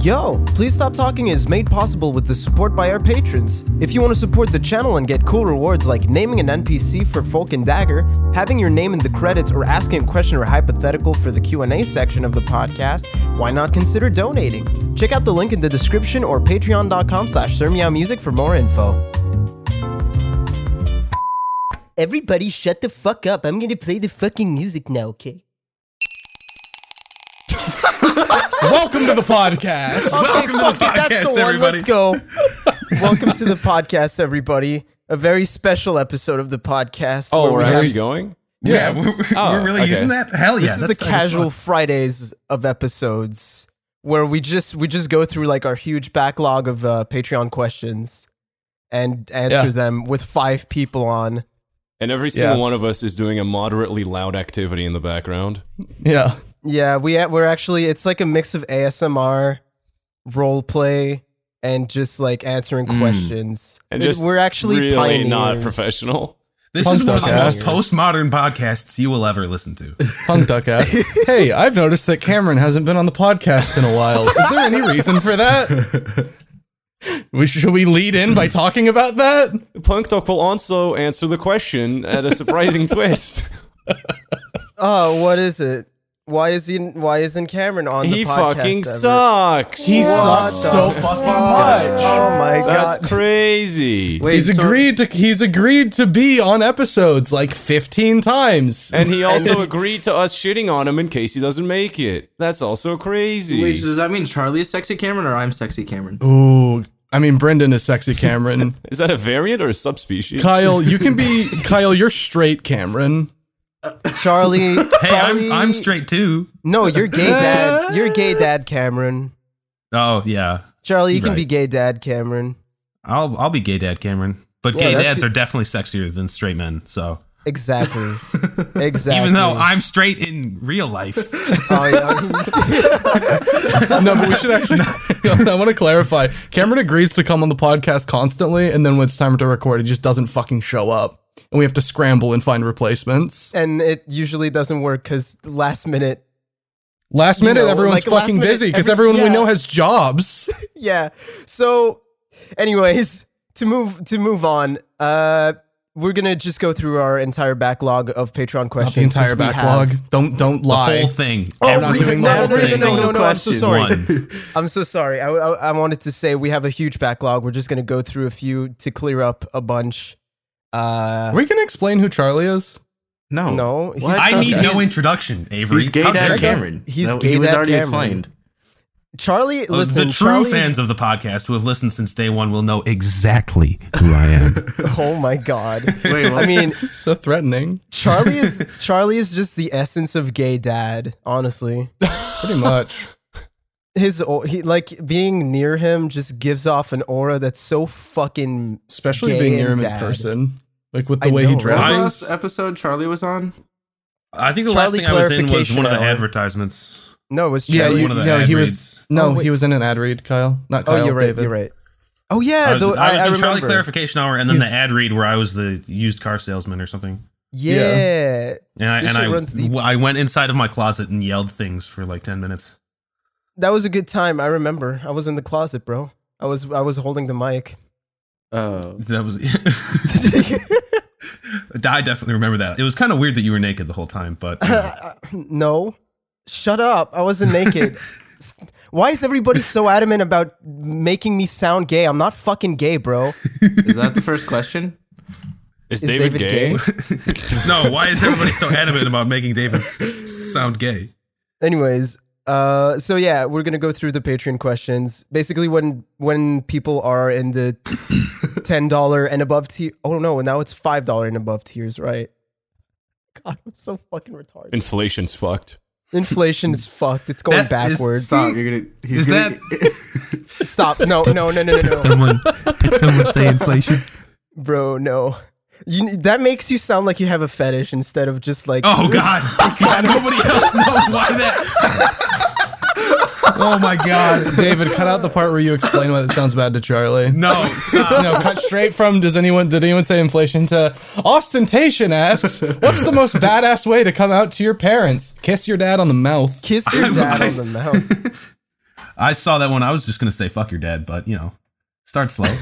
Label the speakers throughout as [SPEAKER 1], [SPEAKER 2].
[SPEAKER 1] Yo, Please Stop Talking is made possible with the support by our patrons. If you want to support the channel and get cool rewards like naming an NPC for Folk and Dagger, having your name in the credits, or asking a question or hypothetical for the Q&A section of the podcast, why not consider donating? Check out the link in the description or patreon.com slash Music for more info.
[SPEAKER 2] Everybody shut the fuck up. I'm gonna play the fucking music now, okay?
[SPEAKER 3] Welcome to the podcast.
[SPEAKER 1] Welcome
[SPEAKER 3] to the podcast, everybody.
[SPEAKER 1] Let's go. Welcome to the podcast, everybody. A very special episode of the podcast.
[SPEAKER 4] Oh,
[SPEAKER 1] where we
[SPEAKER 4] we're
[SPEAKER 1] have-
[SPEAKER 4] actually going?
[SPEAKER 3] Yeah,
[SPEAKER 1] Yes.
[SPEAKER 3] we're, we're-
[SPEAKER 4] Oh,
[SPEAKER 3] we're really
[SPEAKER 4] okay.
[SPEAKER 3] using that. Hell yeah!
[SPEAKER 1] This is the
[SPEAKER 3] that's tight as
[SPEAKER 1] casual
[SPEAKER 3] fuck.
[SPEAKER 1] Fridays of episodes where we just we just go through like our huge backlog of uh, Patreon questions and answer
[SPEAKER 5] Yeah.
[SPEAKER 1] them with five people on.
[SPEAKER 4] And every single
[SPEAKER 5] Yeah.
[SPEAKER 4] one of us is doing a moderately loud activity in the background.
[SPEAKER 5] Yeah.
[SPEAKER 1] Yeah, we a- we're actually it's like a mix of ASMR, role play, and just like answering
[SPEAKER 3] Mm.
[SPEAKER 1] questions.
[SPEAKER 4] And
[SPEAKER 1] It-
[SPEAKER 4] just
[SPEAKER 1] we're actually
[SPEAKER 4] really not
[SPEAKER 1] pioneers.
[SPEAKER 4] professional.
[SPEAKER 3] This
[SPEAKER 5] Punk
[SPEAKER 3] is one of the most
[SPEAKER 1] podcast.
[SPEAKER 3] postmodern podcasts you will ever listen to.
[SPEAKER 5] Punk duck ass. hey, I've noticed that Cameron hasn't been on the podcast in a while. Is there any reason for that? We, should we lead in by talking about that?
[SPEAKER 4] Punk Talk will also answer the question at a surprising twist.
[SPEAKER 1] Oh, what is it? Why is he? Why isn't Cameron on
[SPEAKER 4] He
[SPEAKER 1] the podcast?
[SPEAKER 4] fucking
[SPEAKER 1] ever?
[SPEAKER 4] sucks.
[SPEAKER 5] He
[SPEAKER 1] What
[SPEAKER 5] sucks so
[SPEAKER 1] the
[SPEAKER 5] fucking much.
[SPEAKER 1] Oh my god!
[SPEAKER 4] That's crazy.
[SPEAKER 1] Wait,
[SPEAKER 5] He's
[SPEAKER 1] so-
[SPEAKER 5] agreed to he's agreed to be on episodes like 15 times.
[SPEAKER 4] And he also agreed to us shitting on him in case he doesn't make it. That's also crazy.
[SPEAKER 6] Wait, so does that mean Charlie is sexy Cameron or I'm sexy Cameron?
[SPEAKER 5] Ooh, I mean Brendan is sexy Cameron.
[SPEAKER 4] is that a variant or a subspecies?
[SPEAKER 5] Kyle, you can be Kyle, you're straight Cameron.
[SPEAKER 1] Charlie.
[SPEAKER 3] Hey, I'm I'm straight too.
[SPEAKER 1] No, you're gay dad. You're gay dad, Cameron.
[SPEAKER 3] Oh yeah,
[SPEAKER 1] Charlie, you can be
[SPEAKER 3] Right.
[SPEAKER 1] gay dad, Cameron.
[SPEAKER 3] I'll I'll be gay dad Cameron. But
[SPEAKER 1] Yeah,
[SPEAKER 3] gay
[SPEAKER 1] that's
[SPEAKER 3] dads
[SPEAKER 1] the-
[SPEAKER 3] are definitely sexier than straight men. So
[SPEAKER 1] Exactly. exactly.
[SPEAKER 3] even though I'm straight in real life,
[SPEAKER 1] Oh, yeah.
[SPEAKER 5] No, but we should actually. I want to clarify. Cameron agrees to come on the podcast constantly, and then when it's time to record, he just doesn't fucking show up, and we have to scramble and find replacements.
[SPEAKER 1] and it usually doesn't work because last minute.
[SPEAKER 5] Last minute,
[SPEAKER 1] know,
[SPEAKER 5] everyone's
[SPEAKER 1] like, last
[SPEAKER 5] fucking
[SPEAKER 1] minute,
[SPEAKER 5] busy because
[SPEAKER 1] every-
[SPEAKER 5] everyone
[SPEAKER 1] yeah.
[SPEAKER 5] we know has jobs.
[SPEAKER 1] Yeah. So, anyways, to move to move on. Uh, we're gonna just go through our entire backlog of Patreon questions.
[SPEAKER 5] Not
[SPEAKER 1] 'cause
[SPEAKER 5] the entire
[SPEAKER 1] we have-
[SPEAKER 5] backlog. Don't don't
[SPEAKER 3] the
[SPEAKER 5] lie.
[SPEAKER 3] whole thing.
[SPEAKER 5] we're not
[SPEAKER 3] every
[SPEAKER 5] doing
[SPEAKER 1] Oh, No, no, no,
[SPEAKER 5] that.
[SPEAKER 3] every
[SPEAKER 1] no, no, no,
[SPEAKER 3] single
[SPEAKER 1] no, I'm so sorry.
[SPEAKER 3] one.
[SPEAKER 1] I'm so sorry. I, I, I wanted to say we have a huge backlog. We're just going to go through a few to clear up a bunch. Uh,
[SPEAKER 5] We can explain who Charlie is.
[SPEAKER 6] No.
[SPEAKER 1] No, he's-
[SPEAKER 6] What?
[SPEAKER 3] I need
[SPEAKER 6] He's-
[SPEAKER 3] no introduction, Avery.
[SPEAKER 6] He's gay
[SPEAKER 3] How
[SPEAKER 6] dad
[SPEAKER 3] dare you. Uh,
[SPEAKER 6] Cameron.
[SPEAKER 1] He's
[SPEAKER 6] That-
[SPEAKER 1] gay
[SPEAKER 6] He was
[SPEAKER 1] dad
[SPEAKER 6] already
[SPEAKER 1] Cameron.
[SPEAKER 6] explained.
[SPEAKER 1] Charlie,
[SPEAKER 3] Well,
[SPEAKER 1] listen.
[SPEAKER 3] the true fans of the podcast who have listened since day one will know exactly who I am.
[SPEAKER 1] Oh my god.
[SPEAKER 6] Wait,
[SPEAKER 1] I mean,
[SPEAKER 5] So threatening,
[SPEAKER 1] Charlie is Charlie is just the essence of gay dad. Honestly,
[SPEAKER 5] pretty much.
[SPEAKER 1] his au- he like being near him just gives off an aura that's so fucking.
[SPEAKER 5] Especially
[SPEAKER 1] Gay
[SPEAKER 5] being near him
[SPEAKER 1] and
[SPEAKER 5] in
[SPEAKER 1] dad.
[SPEAKER 5] person, like with the
[SPEAKER 1] I
[SPEAKER 5] way he
[SPEAKER 1] know, right?
[SPEAKER 6] what was the
[SPEAKER 5] dresses.
[SPEAKER 6] last episode Charlie was on?
[SPEAKER 3] I think the
[SPEAKER 1] Charlie,
[SPEAKER 3] last thing I was in was one of the
[SPEAKER 1] clarification hour.
[SPEAKER 3] advertisements.
[SPEAKER 1] No, it was
[SPEAKER 5] Yeah,
[SPEAKER 1] Charlie.
[SPEAKER 5] you-
[SPEAKER 3] one of the
[SPEAKER 5] no,
[SPEAKER 3] ad
[SPEAKER 5] he
[SPEAKER 3] reads.
[SPEAKER 5] was no,
[SPEAKER 1] Oh, wait.
[SPEAKER 5] he was in an ad read. Kyle, not Kyle.
[SPEAKER 1] oh, you're right.
[SPEAKER 5] David.
[SPEAKER 1] You're right. Oh yeah,
[SPEAKER 3] I was,
[SPEAKER 1] though,
[SPEAKER 3] I was in
[SPEAKER 1] remember.
[SPEAKER 3] Charlie Clarification Hour, and then the ad read where I was the used car salesman or something.
[SPEAKER 1] Yeah,
[SPEAKER 3] And I
[SPEAKER 1] This
[SPEAKER 3] and
[SPEAKER 1] shit runs deep.
[SPEAKER 3] I, I went inside of my closet and yelled things for like ten minutes.
[SPEAKER 1] that was a good time. I remember. I was in the closet, bro. I was I was holding the mic.
[SPEAKER 6] Oh.
[SPEAKER 3] That was. I definitely remember that. It was kind of weird that you were naked the whole time, but
[SPEAKER 1] no, shut up. I wasn't naked. S- Why is everybody so adamant about making me sound gay? I'm not fucking gay, bro.
[SPEAKER 6] Is that the first question?
[SPEAKER 4] Is,
[SPEAKER 1] Is
[SPEAKER 4] David,
[SPEAKER 1] David
[SPEAKER 4] gay?
[SPEAKER 1] gay?
[SPEAKER 3] no. Why is everybody so adamant about making David s- sound gay?
[SPEAKER 1] Anyways, uh, so yeah, we're gonna go through the Patreon questions. Basically, when when people are in the ten dollar and above tier. Oh no, now it's five dollar and above tiers, right? God, I'm so fucking retarded.
[SPEAKER 4] Inflation's fucked.
[SPEAKER 1] Inflation is fucked. It's going
[SPEAKER 3] That is-
[SPEAKER 1] backwards.
[SPEAKER 3] See,
[SPEAKER 6] Stop, you're gonna. He's
[SPEAKER 3] is
[SPEAKER 6] gonna,
[SPEAKER 1] Stop. No, no, no, no, no, no.
[SPEAKER 3] Someone did someone say inflation?
[SPEAKER 1] Bro, no. You, that makes you sound like you have a fetish instead of just like.
[SPEAKER 3] Oh God! God, nobody else knows why that. oh my God!
[SPEAKER 5] David, cut out the part where you explain why that sounds bad to Charlie.
[SPEAKER 3] No, stop.
[SPEAKER 5] No, cut straight from does anyone did anyone say inflation to ostentation asks, what's the most badass way to come out to your parents? Kiss your dad on the mouth.
[SPEAKER 1] Kiss your dad on the mouth.
[SPEAKER 3] I saw that one. I was just gonna say fuck your dad, but you know, start slow.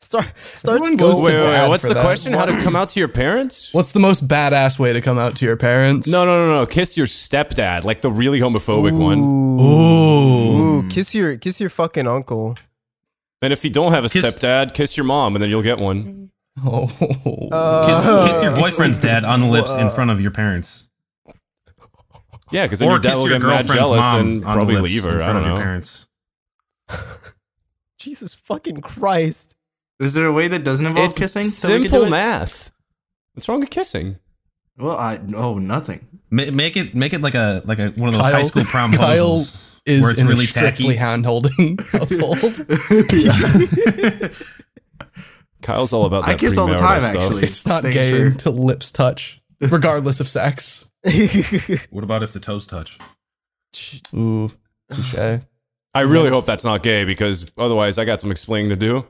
[SPEAKER 1] Start, start
[SPEAKER 5] Everyone
[SPEAKER 1] slow.
[SPEAKER 5] goes to
[SPEAKER 4] Wait, wait, wait.
[SPEAKER 5] dad
[SPEAKER 4] What's
[SPEAKER 5] for
[SPEAKER 4] the
[SPEAKER 5] that.
[SPEAKER 4] question? How to come out to your parents?
[SPEAKER 5] What's the most badass way to come out to your parents?
[SPEAKER 4] No, no, no, no. Kiss your stepdad, like the really homophobic one.
[SPEAKER 5] Ooh.
[SPEAKER 1] Ooh, kiss your kiss your fucking uncle.
[SPEAKER 4] And if you don't have a
[SPEAKER 3] Kiss-
[SPEAKER 4] stepdad, kiss your mom, and then you'll get
[SPEAKER 6] Mm-hmm.
[SPEAKER 4] one.
[SPEAKER 5] Oh.
[SPEAKER 3] kiss, kiss your boyfriend's dad on the lips in front of your parents,
[SPEAKER 4] Yeah, because then your dad will get mad jealous and probably leave her.
[SPEAKER 3] in
[SPEAKER 4] I
[SPEAKER 3] front
[SPEAKER 4] don't
[SPEAKER 3] of your
[SPEAKER 4] know.
[SPEAKER 3] parents.
[SPEAKER 1] Jesus fucking Christ.
[SPEAKER 6] Is there a way that doesn't involve
[SPEAKER 4] It's
[SPEAKER 6] kissing? so we can
[SPEAKER 4] simple
[SPEAKER 6] do it?
[SPEAKER 4] math. What's wrong with kissing?
[SPEAKER 6] Well, I oh nothing.
[SPEAKER 3] Ma- Make it make it like a like a one of those high
[SPEAKER 5] Kyle-
[SPEAKER 3] school prom
[SPEAKER 5] Kyle
[SPEAKER 3] puzzles
[SPEAKER 5] Is
[SPEAKER 3] where it's
[SPEAKER 5] in a
[SPEAKER 3] really
[SPEAKER 5] strictly
[SPEAKER 3] tacky.
[SPEAKER 5] hand holding household.
[SPEAKER 4] Kyle's all about that
[SPEAKER 6] I kiss all the
[SPEAKER 4] premarital
[SPEAKER 6] time,
[SPEAKER 4] stuff.
[SPEAKER 6] actually.
[SPEAKER 5] It's not
[SPEAKER 6] Thanks
[SPEAKER 5] gay
[SPEAKER 6] for-
[SPEAKER 5] until lips touch, regardless of sex.
[SPEAKER 3] what about if the toes touch?
[SPEAKER 5] Ooh, touche.
[SPEAKER 4] I really hope that's not gay because otherwise I got some explaining to do.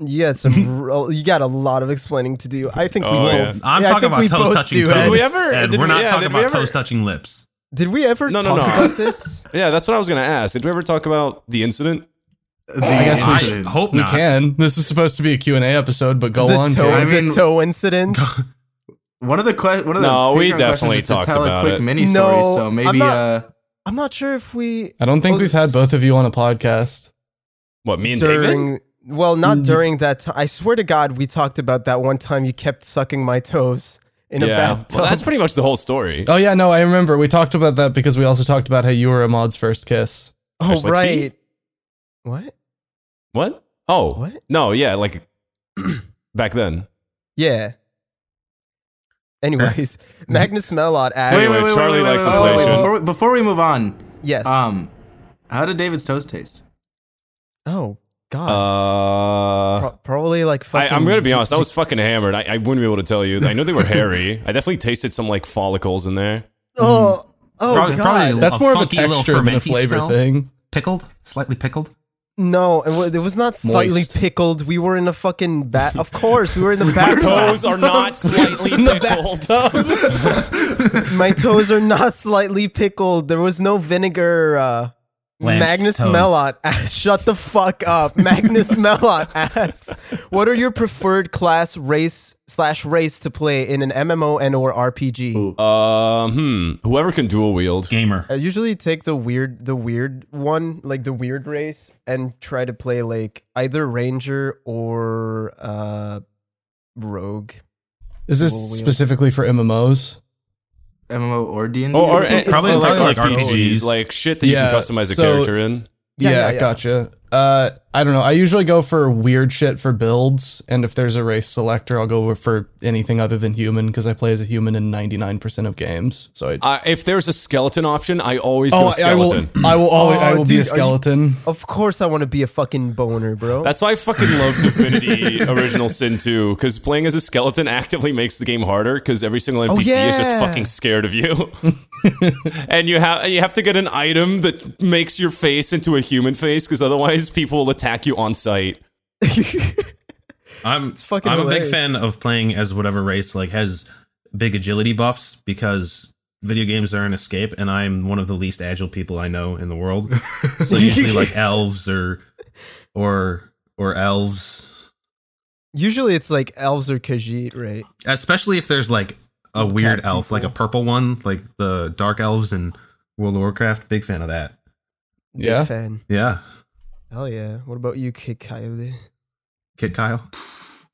[SPEAKER 1] You got some. real- you got a lot of explaining to do. I think we
[SPEAKER 4] Oh,
[SPEAKER 1] both.
[SPEAKER 4] yeah.
[SPEAKER 3] I'm
[SPEAKER 1] Yeah, I
[SPEAKER 3] talking
[SPEAKER 1] think
[SPEAKER 3] about
[SPEAKER 1] we
[SPEAKER 3] toes
[SPEAKER 1] both
[SPEAKER 3] touching
[SPEAKER 1] do,
[SPEAKER 3] toes.
[SPEAKER 1] Ed.
[SPEAKER 4] Did we ever-
[SPEAKER 3] Ed,
[SPEAKER 4] did
[SPEAKER 3] we're
[SPEAKER 4] we-
[SPEAKER 3] not
[SPEAKER 4] yeah,
[SPEAKER 3] talking
[SPEAKER 4] did we
[SPEAKER 3] about
[SPEAKER 4] ever-
[SPEAKER 3] toes touching lips.
[SPEAKER 1] Did we ever
[SPEAKER 4] No,
[SPEAKER 1] talk
[SPEAKER 4] no, no.
[SPEAKER 1] about this?
[SPEAKER 4] Yeah, that's what I was gonna ask. Did we ever talk about the incident?
[SPEAKER 6] The
[SPEAKER 3] I
[SPEAKER 6] incident.
[SPEAKER 3] hope
[SPEAKER 5] We
[SPEAKER 3] not.
[SPEAKER 5] can. This is supposed to be a Q&A episode, but go
[SPEAKER 1] the
[SPEAKER 5] on.
[SPEAKER 1] toe,
[SPEAKER 5] Gabe.
[SPEAKER 6] I
[SPEAKER 1] the
[SPEAKER 6] mean-
[SPEAKER 1] toe incident.
[SPEAKER 6] One of the que- one of the
[SPEAKER 4] No, we
[SPEAKER 6] Patreon
[SPEAKER 4] definitely
[SPEAKER 6] questions is to
[SPEAKER 4] talked
[SPEAKER 6] tell
[SPEAKER 4] about
[SPEAKER 6] a quick
[SPEAKER 4] it.
[SPEAKER 6] mini
[SPEAKER 1] No,
[SPEAKER 6] story. So
[SPEAKER 1] I'm
[SPEAKER 6] maybe
[SPEAKER 1] not-
[SPEAKER 6] uh,
[SPEAKER 1] I'm not sure if we
[SPEAKER 5] I don't think we've had both of you on a podcast.
[SPEAKER 4] What me and David?
[SPEAKER 1] during. Well, not
[SPEAKER 3] Mm.
[SPEAKER 1] during that time. I swear to God, we talked about that one time you kept sucking my toes in a
[SPEAKER 4] Yeah,
[SPEAKER 1] bathtub.
[SPEAKER 4] well, that's pretty much the whole story.
[SPEAKER 5] Oh yeah, no, I remember. We talked about that because we also talked about how you were Ahmad's first kiss.
[SPEAKER 1] oh,
[SPEAKER 4] Just like
[SPEAKER 1] right.
[SPEAKER 4] feet.
[SPEAKER 1] What?
[SPEAKER 4] What? Oh,
[SPEAKER 1] What?
[SPEAKER 4] No, yeah, like back then.
[SPEAKER 1] Yeah. Anyways, Magnus Melot asked.
[SPEAKER 4] Wait, wait, wait, Charlie likes inflation.
[SPEAKER 6] before, we, before we move on,
[SPEAKER 1] Yes.
[SPEAKER 6] um, how did David's toast taste?
[SPEAKER 1] oh God.
[SPEAKER 4] Uh,
[SPEAKER 1] Pro- probably like
[SPEAKER 4] I,
[SPEAKER 1] fucking.
[SPEAKER 4] I'm gonna be honest. I was fucking hammered. I, I wouldn't be able to tell you. I know they were hairy. I definitely tasted some like follicles in there.
[SPEAKER 1] Oh, oh
[SPEAKER 3] Probably-
[SPEAKER 1] God.
[SPEAKER 3] probably
[SPEAKER 5] That's
[SPEAKER 3] A
[SPEAKER 5] more of a
[SPEAKER 3] funky little
[SPEAKER 5] texture than a
[SPEAKER 3] fermenty
[SPEAKER 5] flavor
[SPEAKER 3] smell?
[SPEAKER 5] thing.
[SPEAKER 3] Pickled, slightly pickled.
[SPEAKER 1] No, it was, it was not slightly
[SPEAKER 5] Moist.
[SPEAKER 1] pickled. We were in a fucking bat. Of course, we were in the
[SPEAKER 4] My
[SPEAKER 1] bathtub.
[SPEAKER 4] toes are not slightly pickled.
[SPEAKER 1] My toes are not slightly pickled. There was no vinegar. Uh,
[SPEAKER 3] Blanched
[SPEAKER 1] Magnus
[SPEAKER 3] toes.
[SPEAKER 1] Mellot asks, shut the fuck up. Magnus Mellot asks, what are your preferred class, race, slash race to play in an MMO and or RPG?
[SPEAKER 4] Um, hmm. Whoever can dual wield.
[SPEAKER 3] Gamer.
[SPEAKER 1] I usually take the weird, the weird one, like the weird race, and try to play like either ranger or uh, rogue.
[SPEAKER 5] Is this
[SPEAKER 1] Well, we-
[SPEAKER 5] specifically for MMOs?
[SPEAKER 6] MMO or D and
[SPEAKER 4] Oh, or,
[SPEAKER 1] It's
[SPEAKER 3] probably
[SPEAKER 4] probably like,
[SPEAKER 3] like
[SPEAKER 4] RPGs,
[SPEAKER 3] RPGs.
[SPEAKER 4] like shit that
[SPEAKER 5] Yeah,
[SPEAKER 4] you can customize a
[SPEAKER 5] so-
[SPEAKER 4] character in.
[SPEAKER 1] Yeah,
[SPEAKER 5] Yeah,
[SPEAKER 1] yeah, yeah.
[SPEAKER 5] gotcha. Uh, I don't know. I usually go for weird shit for builds, and if there's a race selector, I'll go for anything other than human because I play as a human in 99% of games. So I.
[SPEAKER 4] Uh, if there's a skeleton option, I always go
[SPEAKER 5] Oh, I, I will.
[SPEAKER 4] skeleton.
[SPEAKER 5] I will always. I
[SPEAKER 1] Oh,
[SPEAKER 5] will be a
[SPEAKER 1] dude, are you- Oh.
[SPEAKER 5] skeleton.
[SPEAKER 1] Of course, I want to be a fucking boner, bro.
[SPEAKER 4] That's why I fucking love Divinity Original Sin 2, because playing as a skeleton actively makes the game harder, because every single NPC is just
[SPEAKER 1] Oh, yeah.
[SPEAKER 4] fucking scared of you. and you have you have to get an item that makes your face into a human face, because otherwise people will attack you on sight.
[SPEAKER 3] I'm
[SPEAKER 1] fucking
[SPEAKER 3] I'm
[SPEAKER 1] hilarious.
[SPEAKER 3] a big fan of playing as whatever race like has big agility buffs because video games are an escape, and I'm one of the least agile people I know in the world. so usually like elves or or or elves,
[SPEAKER 1] Usually, it's like elves or Khajiit, right?
[SPEAKER 3] especially if there's like a weird elf, like a purple one, like the dark elves in World of Warcraft. Big fan of that.
[SPEAKER 1] Big
[SPEAKER 5] Yeah.
[SPEAKER 1] fan.
[SPEAKER 3] Yeah,
[SPEAKER 1] Hell yeah. What about you, Kid Coyote?
[SPEAKER 3] Kid Kyle.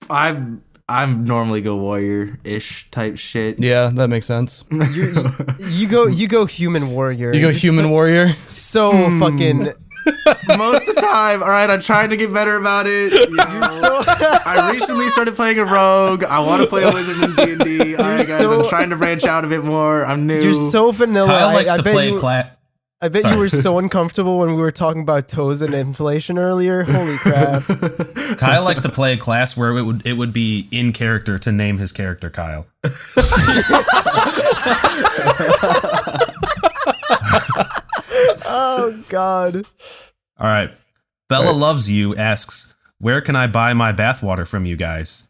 [SPEAKER 6] I'm I'm normally go warrior ish type shit.
[SPEAKER 5] Yeah, that makes sense.
[SPEAKER 1] You go, you go, human warrior.
[SPEAKER 5] You go
[SPEAKER 1] You're
[SPEAKER 5] human warrior.
[SPEAKER 1] So, so fucking.
[SPEAKER 6] Most of the time, all right. I'm trying to get better about it. you know. I recently started playing a rogue. I want to play a wizard in D and D. All right, guys.
[SPEAKER 1] so-
[SPEAKER 6] I'm trying to branch out a bit more. I'm new.
[SPEAKER 1] You're so vanilla.
[SPEAKER 3] Kyle
[SPEAKER 1] Oh, I-
[SPEAKER 3] likes
[SPEAKER 1] I
[SPEAKER 3] to
[SPEAKER 1] bet
[SPEAKER 3] play
[SPEAKER 1] you-
[SPEAKER 3] clat.
[SPEAKER 1] I bet
[SPEAKER 3] Sorry.
[SPEAKER 1] you were so uncomfortable when we were talking about toes and inflation earlier. Holy crap.
[SPEAKER 3] Kyle likes to play a class where it would it would be in character to name his character Kyle.
[SPEAKER 1] oh god.
[SPEAKER 3] All right. Bella loves you asks, "Where can I buy my bathwater from you guys?"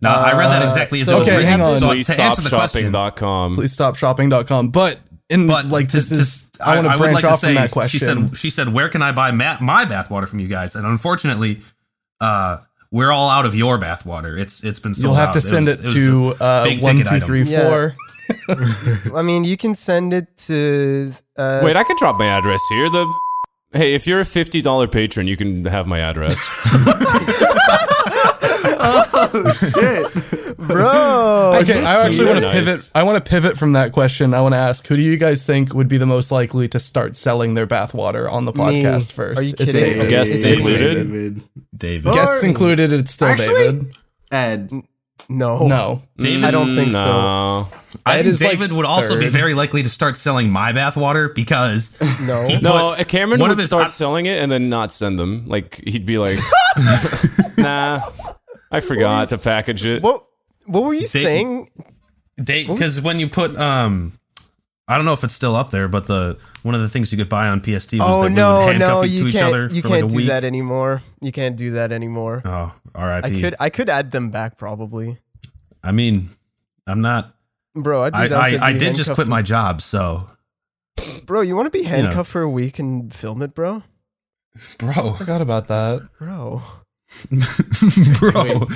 [SPEAKER 3] Now I read that exactly as
[SPEAKER 1] so-
[SPEAKER 3] it was
[SPEAKER 5] Uh, Okay,
[SPEAKER 1] Oh,
[SPEAKER 3] written.
[SPEAKER 5] hang on.
[SPEAKER 3] So
[SPEAKER 4] Please
[SPEAKER 3] to
[SPEAKER 4] stop
[SPEAKER 3] answer the question,
[SPEAKER 4] shopping.com.
[SPEAKER 5] Please stop shopping.com. But and
[SPEAKER 3] But
[SPEAKER 5] like
[SPEAKER 3] to-
[SPEAKER 5] this
[SPEAKER 3] to-
[SPEAKER 5] is I want to
[SPEAKER 3] would
[SPEAKER 5] branch
[SPEAKER 3] like
[SPEAKER 5] off from that
[SPEAKER 3] She
[SPEAKER 5] question.
[SPEAKER 3] said, "She said, where can I buy ma- my bathwater from you guys?" And unfortunately, uh, we're all out of your bathwater. It's it's been sold
[SPEAKER 5] You'll have
[SPEAKER 3] out.
[SPEAKER 5] to send
[SPEAKER 3] was-
[SPEAKER 5] it,
[SPEAKER 3] was
[SPEAKER 5] to
[SPEAKER 3] a
[SPEAKER 5] uh,
[SPEAKER 3] big
[SPEAKER 5] one
[SPEAKER 3] ticket
[SPEAKER 5] two
[SPEAKER 3] item.
[SPEAKER 5] three
[SPEAKER 1] Yeah.
[SPEAKER 5] four.
[SPEAKER 1] I mean, you can send it to. Uh,
[SPEAKER 4] Wait, I can drop my address here. The hey, if you're a fifty dollar patron, you can have my address.
[SPEAKER 1] bro.
[SPEAKER 5] Okay, I actually
[SPEAKER 4] Very
[SPEAKER 5] want to
[SPEAKER 4] nice.
[SPEAKER 5] pivot. I want to pivot from that question. I want to ask, who do you guys think would be the most likely to start selling their bathwater on the podcast first?
[SPEAKER 1] Are you
[SPEAKER 5] It's
[SPEAKER 1] kidding?
[SPEAKER 5] David.
[SPEAKER 4] Guests
[SPEAKER 5] It's
[SPEAKER 4] included?
[SPEAKER 5] David.
[SPEAKER 3] David.
[SPEAKER 5] Guests included. It's still
[SPEAKER 6] Actually-
[SPEAKER 5] David.
[SPEAKER 6] Ed.
[SPEAKER 1] no,
[SPEAKER 5] No,
[SPEAKER 3] David,
[SPEAKER 1] I don't think so.
[SPEAKER 4] no,
[SPEAKER 3] I
[SPEAKER 5] Ed
[SPEAKER 3] think
[SPEAKER 5] is, like,
[SPEAKER 3] David would also be
[SPEAKER 5] third.
[SPEAKER 3] very likely to start selling my bathwater because
[SPEAKER 1] No,
[SPEAKER 4] no. Cameron
[SPEAKER 3] one of
[SPEAKER 4] would
[SPEAKER 3] his-
[SPEAKER 4] start
[SPEAKER 3] I-
[SPEAKER 4] selling it and then not send them. Like he'd be like, Nah, I forgot to package it.
[SPEAKER 1] what? What were you saying?
[SPEAKER 3] because when you put um. I don't know if it's still up there, but the one of the things you could buy on PST was
[SPEAKER 1] Oh
[SPEAKER 3] that we
[SPEAKER 1] no,
[SPEAKER 3] would handcuff
[SPEAKER 1] no,
[SPEAKER 3] you to
[SPEAKER 1] you
[SPEAKER 3] each other
[SPEAKER 1] can't. You
[SPEAKER 3] for
[SPEAKER 1] can't
[SPEAKER 3] like a
[SPEAKER 1] do
[SPEAKER 3] week.
[SPEAKER 1] that anymore. You can't do that anymore.
[SPEAKER 3] Oh, R.I.P.
[SPEAKER 1] I could. I could add them back probably,
[SPEAKER 3] I mean, I'm not.
[SPEAKER 1] bro. I'd be
[SPEAKER 3] I
[SPEAKER 1] down to
[SPEAKER 3] I, I
[SPEAKER 1] be
[SPEAKER 3] did just
[SPEAKER 1] handcuffed
[SPEAKER 3] quit
[SPEAKER 1] to-
[SPEAKER 3] my job, so
[SPEAKER 1] Bro, you want to be
[SPEAKER 3] know.
[SPEAKER 1] handcuffed for a week and film it, bro?
[SPEAKER 3] bro,
[SPEAKER 5] forgot about that.
[SPEAKER 1] Bro,
[SPEAKER 3] bro.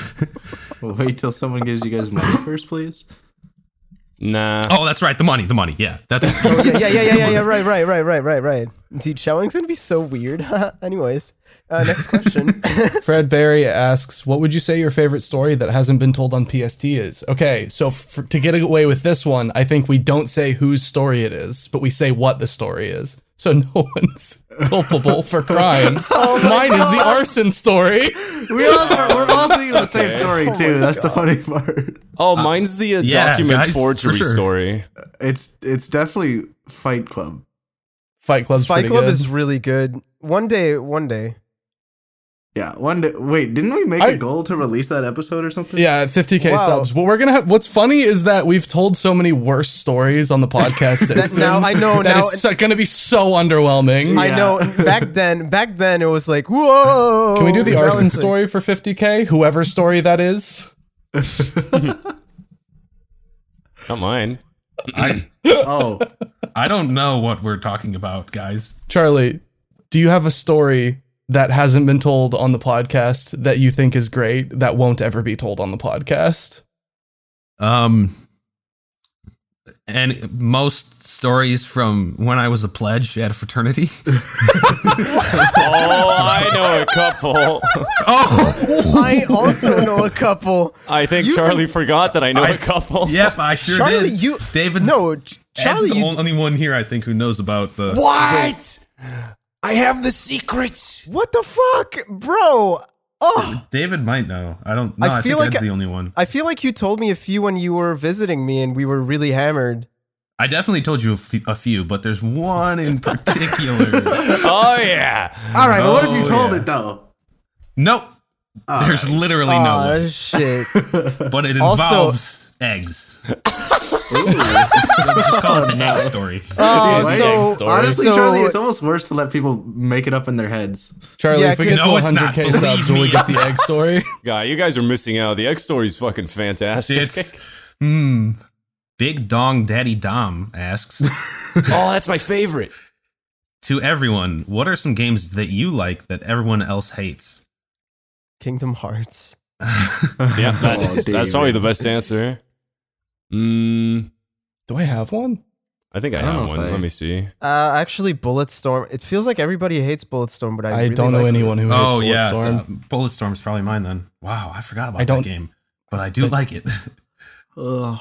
[SPEAKER 6] Well, wait till someone gives you guys money first, please.
[SPEAKER 4] Nah.
[SPEAKER 3] Oh, that's right. The money, the money. Yeah, that's
[SPEAKER 1] yeah, yeah, yeah, yeah, yeah, yeah. Right, right, right, right, right, right. Dude, showing's gonna be so weird. Anyways, uh, next question.
[SPEAKER 5] Fred Barry asks, "What would you say your favorite story that hasn't been told on PST is?" Okay, so f to get away with this one, I think we don't say whose story it is, but we say what the story is. So no one's culpable
[SPEAKER 1] Oh
[SPEAKER 5] for crimes. Mine is the arson story.
[SPEAKER 6] We all are, we're all thinking the same
[SPEAKER 4] Okay.
[SPEAKER 6] story too. That's the funny part.
[SPEAKER 4] Oh, mine's the uh,
[SPEAKER 3] yeah,
[SPEAKER 4] document
[SPEAKER 3] guys, for
[SPEAKER 4] forgery
[SPEAKER 3] sure.
[SPEAKER 4] story.
[SPEAKER 6] It's it's definitely Fight Club.
[SPEAKER 5] Fight Club's
[SPEAKER 1] Fight
[SPEAKER 5] pretty
[SPEAKER 1] Club
[SPEAKER 5] good.
[SPEAKER 1] is really good. One day, one day.
[SPEAKER 6] Yeah. One day. Wait, didn't we make
[SPEAKER 5] I-
[SPEAKER 6] a goal to release that episode or something?
[SPEAKER 5] yeah, 50k
[SPEAKER 1] Wow.
[SPEAKER 5] subs. But we're gonna have. What's funny is that we've told so many worse stories on the podcast since
[SPEAKER 1] That- now
[SPEAKER 5] then
[SPEAKER 1] I know,
[SPEAKER 5] that
[SPEAKER 1] now-
[SPEAKER 5] it's so- gonna be so underwhelming.
[SPEAKER 1] I
[SPEAKER 6] Yeah.
[SPEAKER 1] know. Back then, back then it was like, whoa.
[SPEAKER 5] Can we do the
[SPEAKER 1] Now
[SPEAKER 5] arson
[SPEAKER 1] it's like-
[SPEAKER 5] story for 50k? Whoever story that is.
[SPEAKER 4] Not mine.
[SPEAKER 3] I,
[SPEAKER 6] Oh,
[SPEAKER 3] I don't know what we're talking about, guys.
[SPEAKER 5] Charlie, do you have a story that hasn't been told on the podcast that you think is great that won't ever be told on the podcast?
[SPEAKER 3] Um, and most stories from when I was a pledge at a fraternity.
[SPEAKER 4] Oh, I know a couple.
[SPEAKER 2] I also know a couple.
[SPEAKER 4] I think Charlie forgot that I know a couple.
[SPEAKER 3] yep, I sure
[SPEAKER 1] Charlie,
[SPEAKER 3] did.
[SPEAKER 1] you-
[SPEAKER 3] David's
[SPEAKER 1] No, Ch-
[SPEAKER 3] Charlie,
[SPEAKER 1] Charlie,
[SPEAKER 3] the
[SPEAKER 1] you-
[SPEAKER 3] only one here I think who knows about the.
[SPEAKER 4] What? I have the secrets.
[SPEAKER 1] what the fuck, bro? Oh,
[SPEAKER 3] David might know. I don't. No,
[SPEAKER 1] I
[SPEAKER 3] I,
[SPEAKER 1] feel
[SPEAKER 3] think
[SPEAKER 1] like
[SPEAKER 3] Ed's
[SPEAKER 1] I-
[SPEAKER 3] the only one.
[SPEAKER 1] I feel like you told me a few when you were visiting me and we were really hammered.
[SPEAKER 3] I definitely told you a few, a few but there's one in particular.
[SPEAKER 4] Oh yeah.
[SPEAKER 6] all right. but what if you
[SPEAKER 3] Oh,
[SPEAKER 6] told
[SPEAKER 3] yeah.
[SPEAKER 6] it though?
[SPEAKER 3] nope. There's literally no
[SPEAKER 1] Oh
[SPEAKER 3] one,
[SPEAKER 1] shit.
[SPEAKER 3] but it
[SPEAKER 1] Also-
[SPEAKER 3] involves eggs. Let's call it the egg story.
[SPEAKER 1] Oh,
[SPEAKER 6] Right?
[SPEAKER 1] so
[SPEAKER 6] honestly,
[SPEAKER 1] so-
[SPEAKER 6] Charlie, it's almost worse to let people make it up in their heads.
[SPEAKER 5] Charlie,
[SPEAKER 1] Yeah,
[SPEAKER 5] if we
[SPEAKER 1] can-
[SPEAKER 5] get to
[SPEAKER 3] No, it's not.
[SPEAKER 5] 100k
[SPEAKER 3] Believe
[SPEAKER 5] subs, will we
[SPEAKER 3] me.
[SPEAKER 5] get the egg story?
[SPEAKER 4] Guy, you guys are missing out. The X story is fucking fantastic.
[SPEAKER 3] It's hmm. Big Dong Daddy Dom asks
[SPEAKER 4] oh, that's my favorite.
[SPEAKER 3] to everyone, what are some games that you like that everyone else hates?
[SPEAKER 1] Kingdom Hearts.
[SPEAKER 4] Yeah, that's,
[SPEAKER 6] Oh,
[SPEAKER 4] that's
[SPEAKER 6] David.
[SPEAKER 4] probably the best answer. Mm,
[SPEAKER 5] Do I have one?
[SPEAKER 4] I think I,
[SPEAKER 6] don't know
[SPEAKER 4] have
[SPEAKER 6] if
[SPEAKER 4] one.
[SPEAKER 6] I-
[SPEAKER 4] Let me see.
[SPEAKER 1] Uh, actually, Bulletstorm. It feels like everybody hates Bulletstorm, but I,
[SPEAKER 5] I,
[SPEAKER 1] really
[SPEAKER 5] don't know
[SPEAKER 1] like
[SPEAKER 5] anyone who hates
[SPEAKER 3] oh
[SPEAKER 5] Bulletstorm.
[SPEAKER 3] yeah, Bulletstorm. Bulletstorm's probably mine then. Wow, I forgot about
[SPEAKER 5] I don't-
[SPEAKER 3] that game, but I do like it.
[SPEAKER 6] Ugh.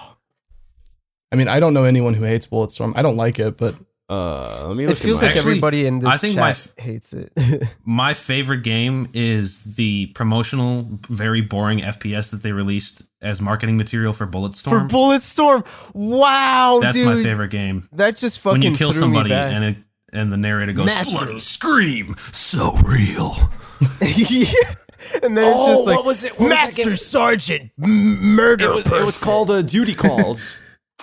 [SPEAKER 5] I mean, I don't know anyone who hates Bulletstorm. I don't like it, but
[SPEAKER 4] Uh, let me
[SPEAKER 1] It
[SPEAKER 4] look.
[SPEAKER 1] feels
[SPEAKER 4] at
[SPEAKER 1] like
[SPEAKER 4] my,
[SPEAKER 3] Actually,
[SPEAKER 1] everybody in this
[SPEAKER 3] I think
[SPEAKER 1] chat
[SPEAKER 3] my f-
[SPEAKER 1] hates it.
[SPEAKER 3] My favorite game is the promotional, very boring FPS that they released as marketing material for
[SPEAKER 1] For
[SPEAKER 3] Bulletstorm.
[SPEAKER 1] Bulletstorm, wow,
[SPEAKER 3] That's
[SPEAKER 1] dude,
[SPEAKER 3] my favorite game.
[SPEAKER 1] that just fucking
[SPEAKER 3] When you kill
[SPEAKER 1] threw
[SPEAKER 3] somebody
[SPEAKER 1] me back.
[SPEAKER 3] and it, and the narrator goes,
[SPEAKER 2] Mastery.
[SPEAKER 3] "Bloody scream, so real."
[SPEAKER 1] and then it's just like
[SPEAKER 4] was it? Oh, What was that game?
[SPEAKER 2] Sergeant m- Murder.
[SPEAKER 4] It was, it was called uh, Duty Calls.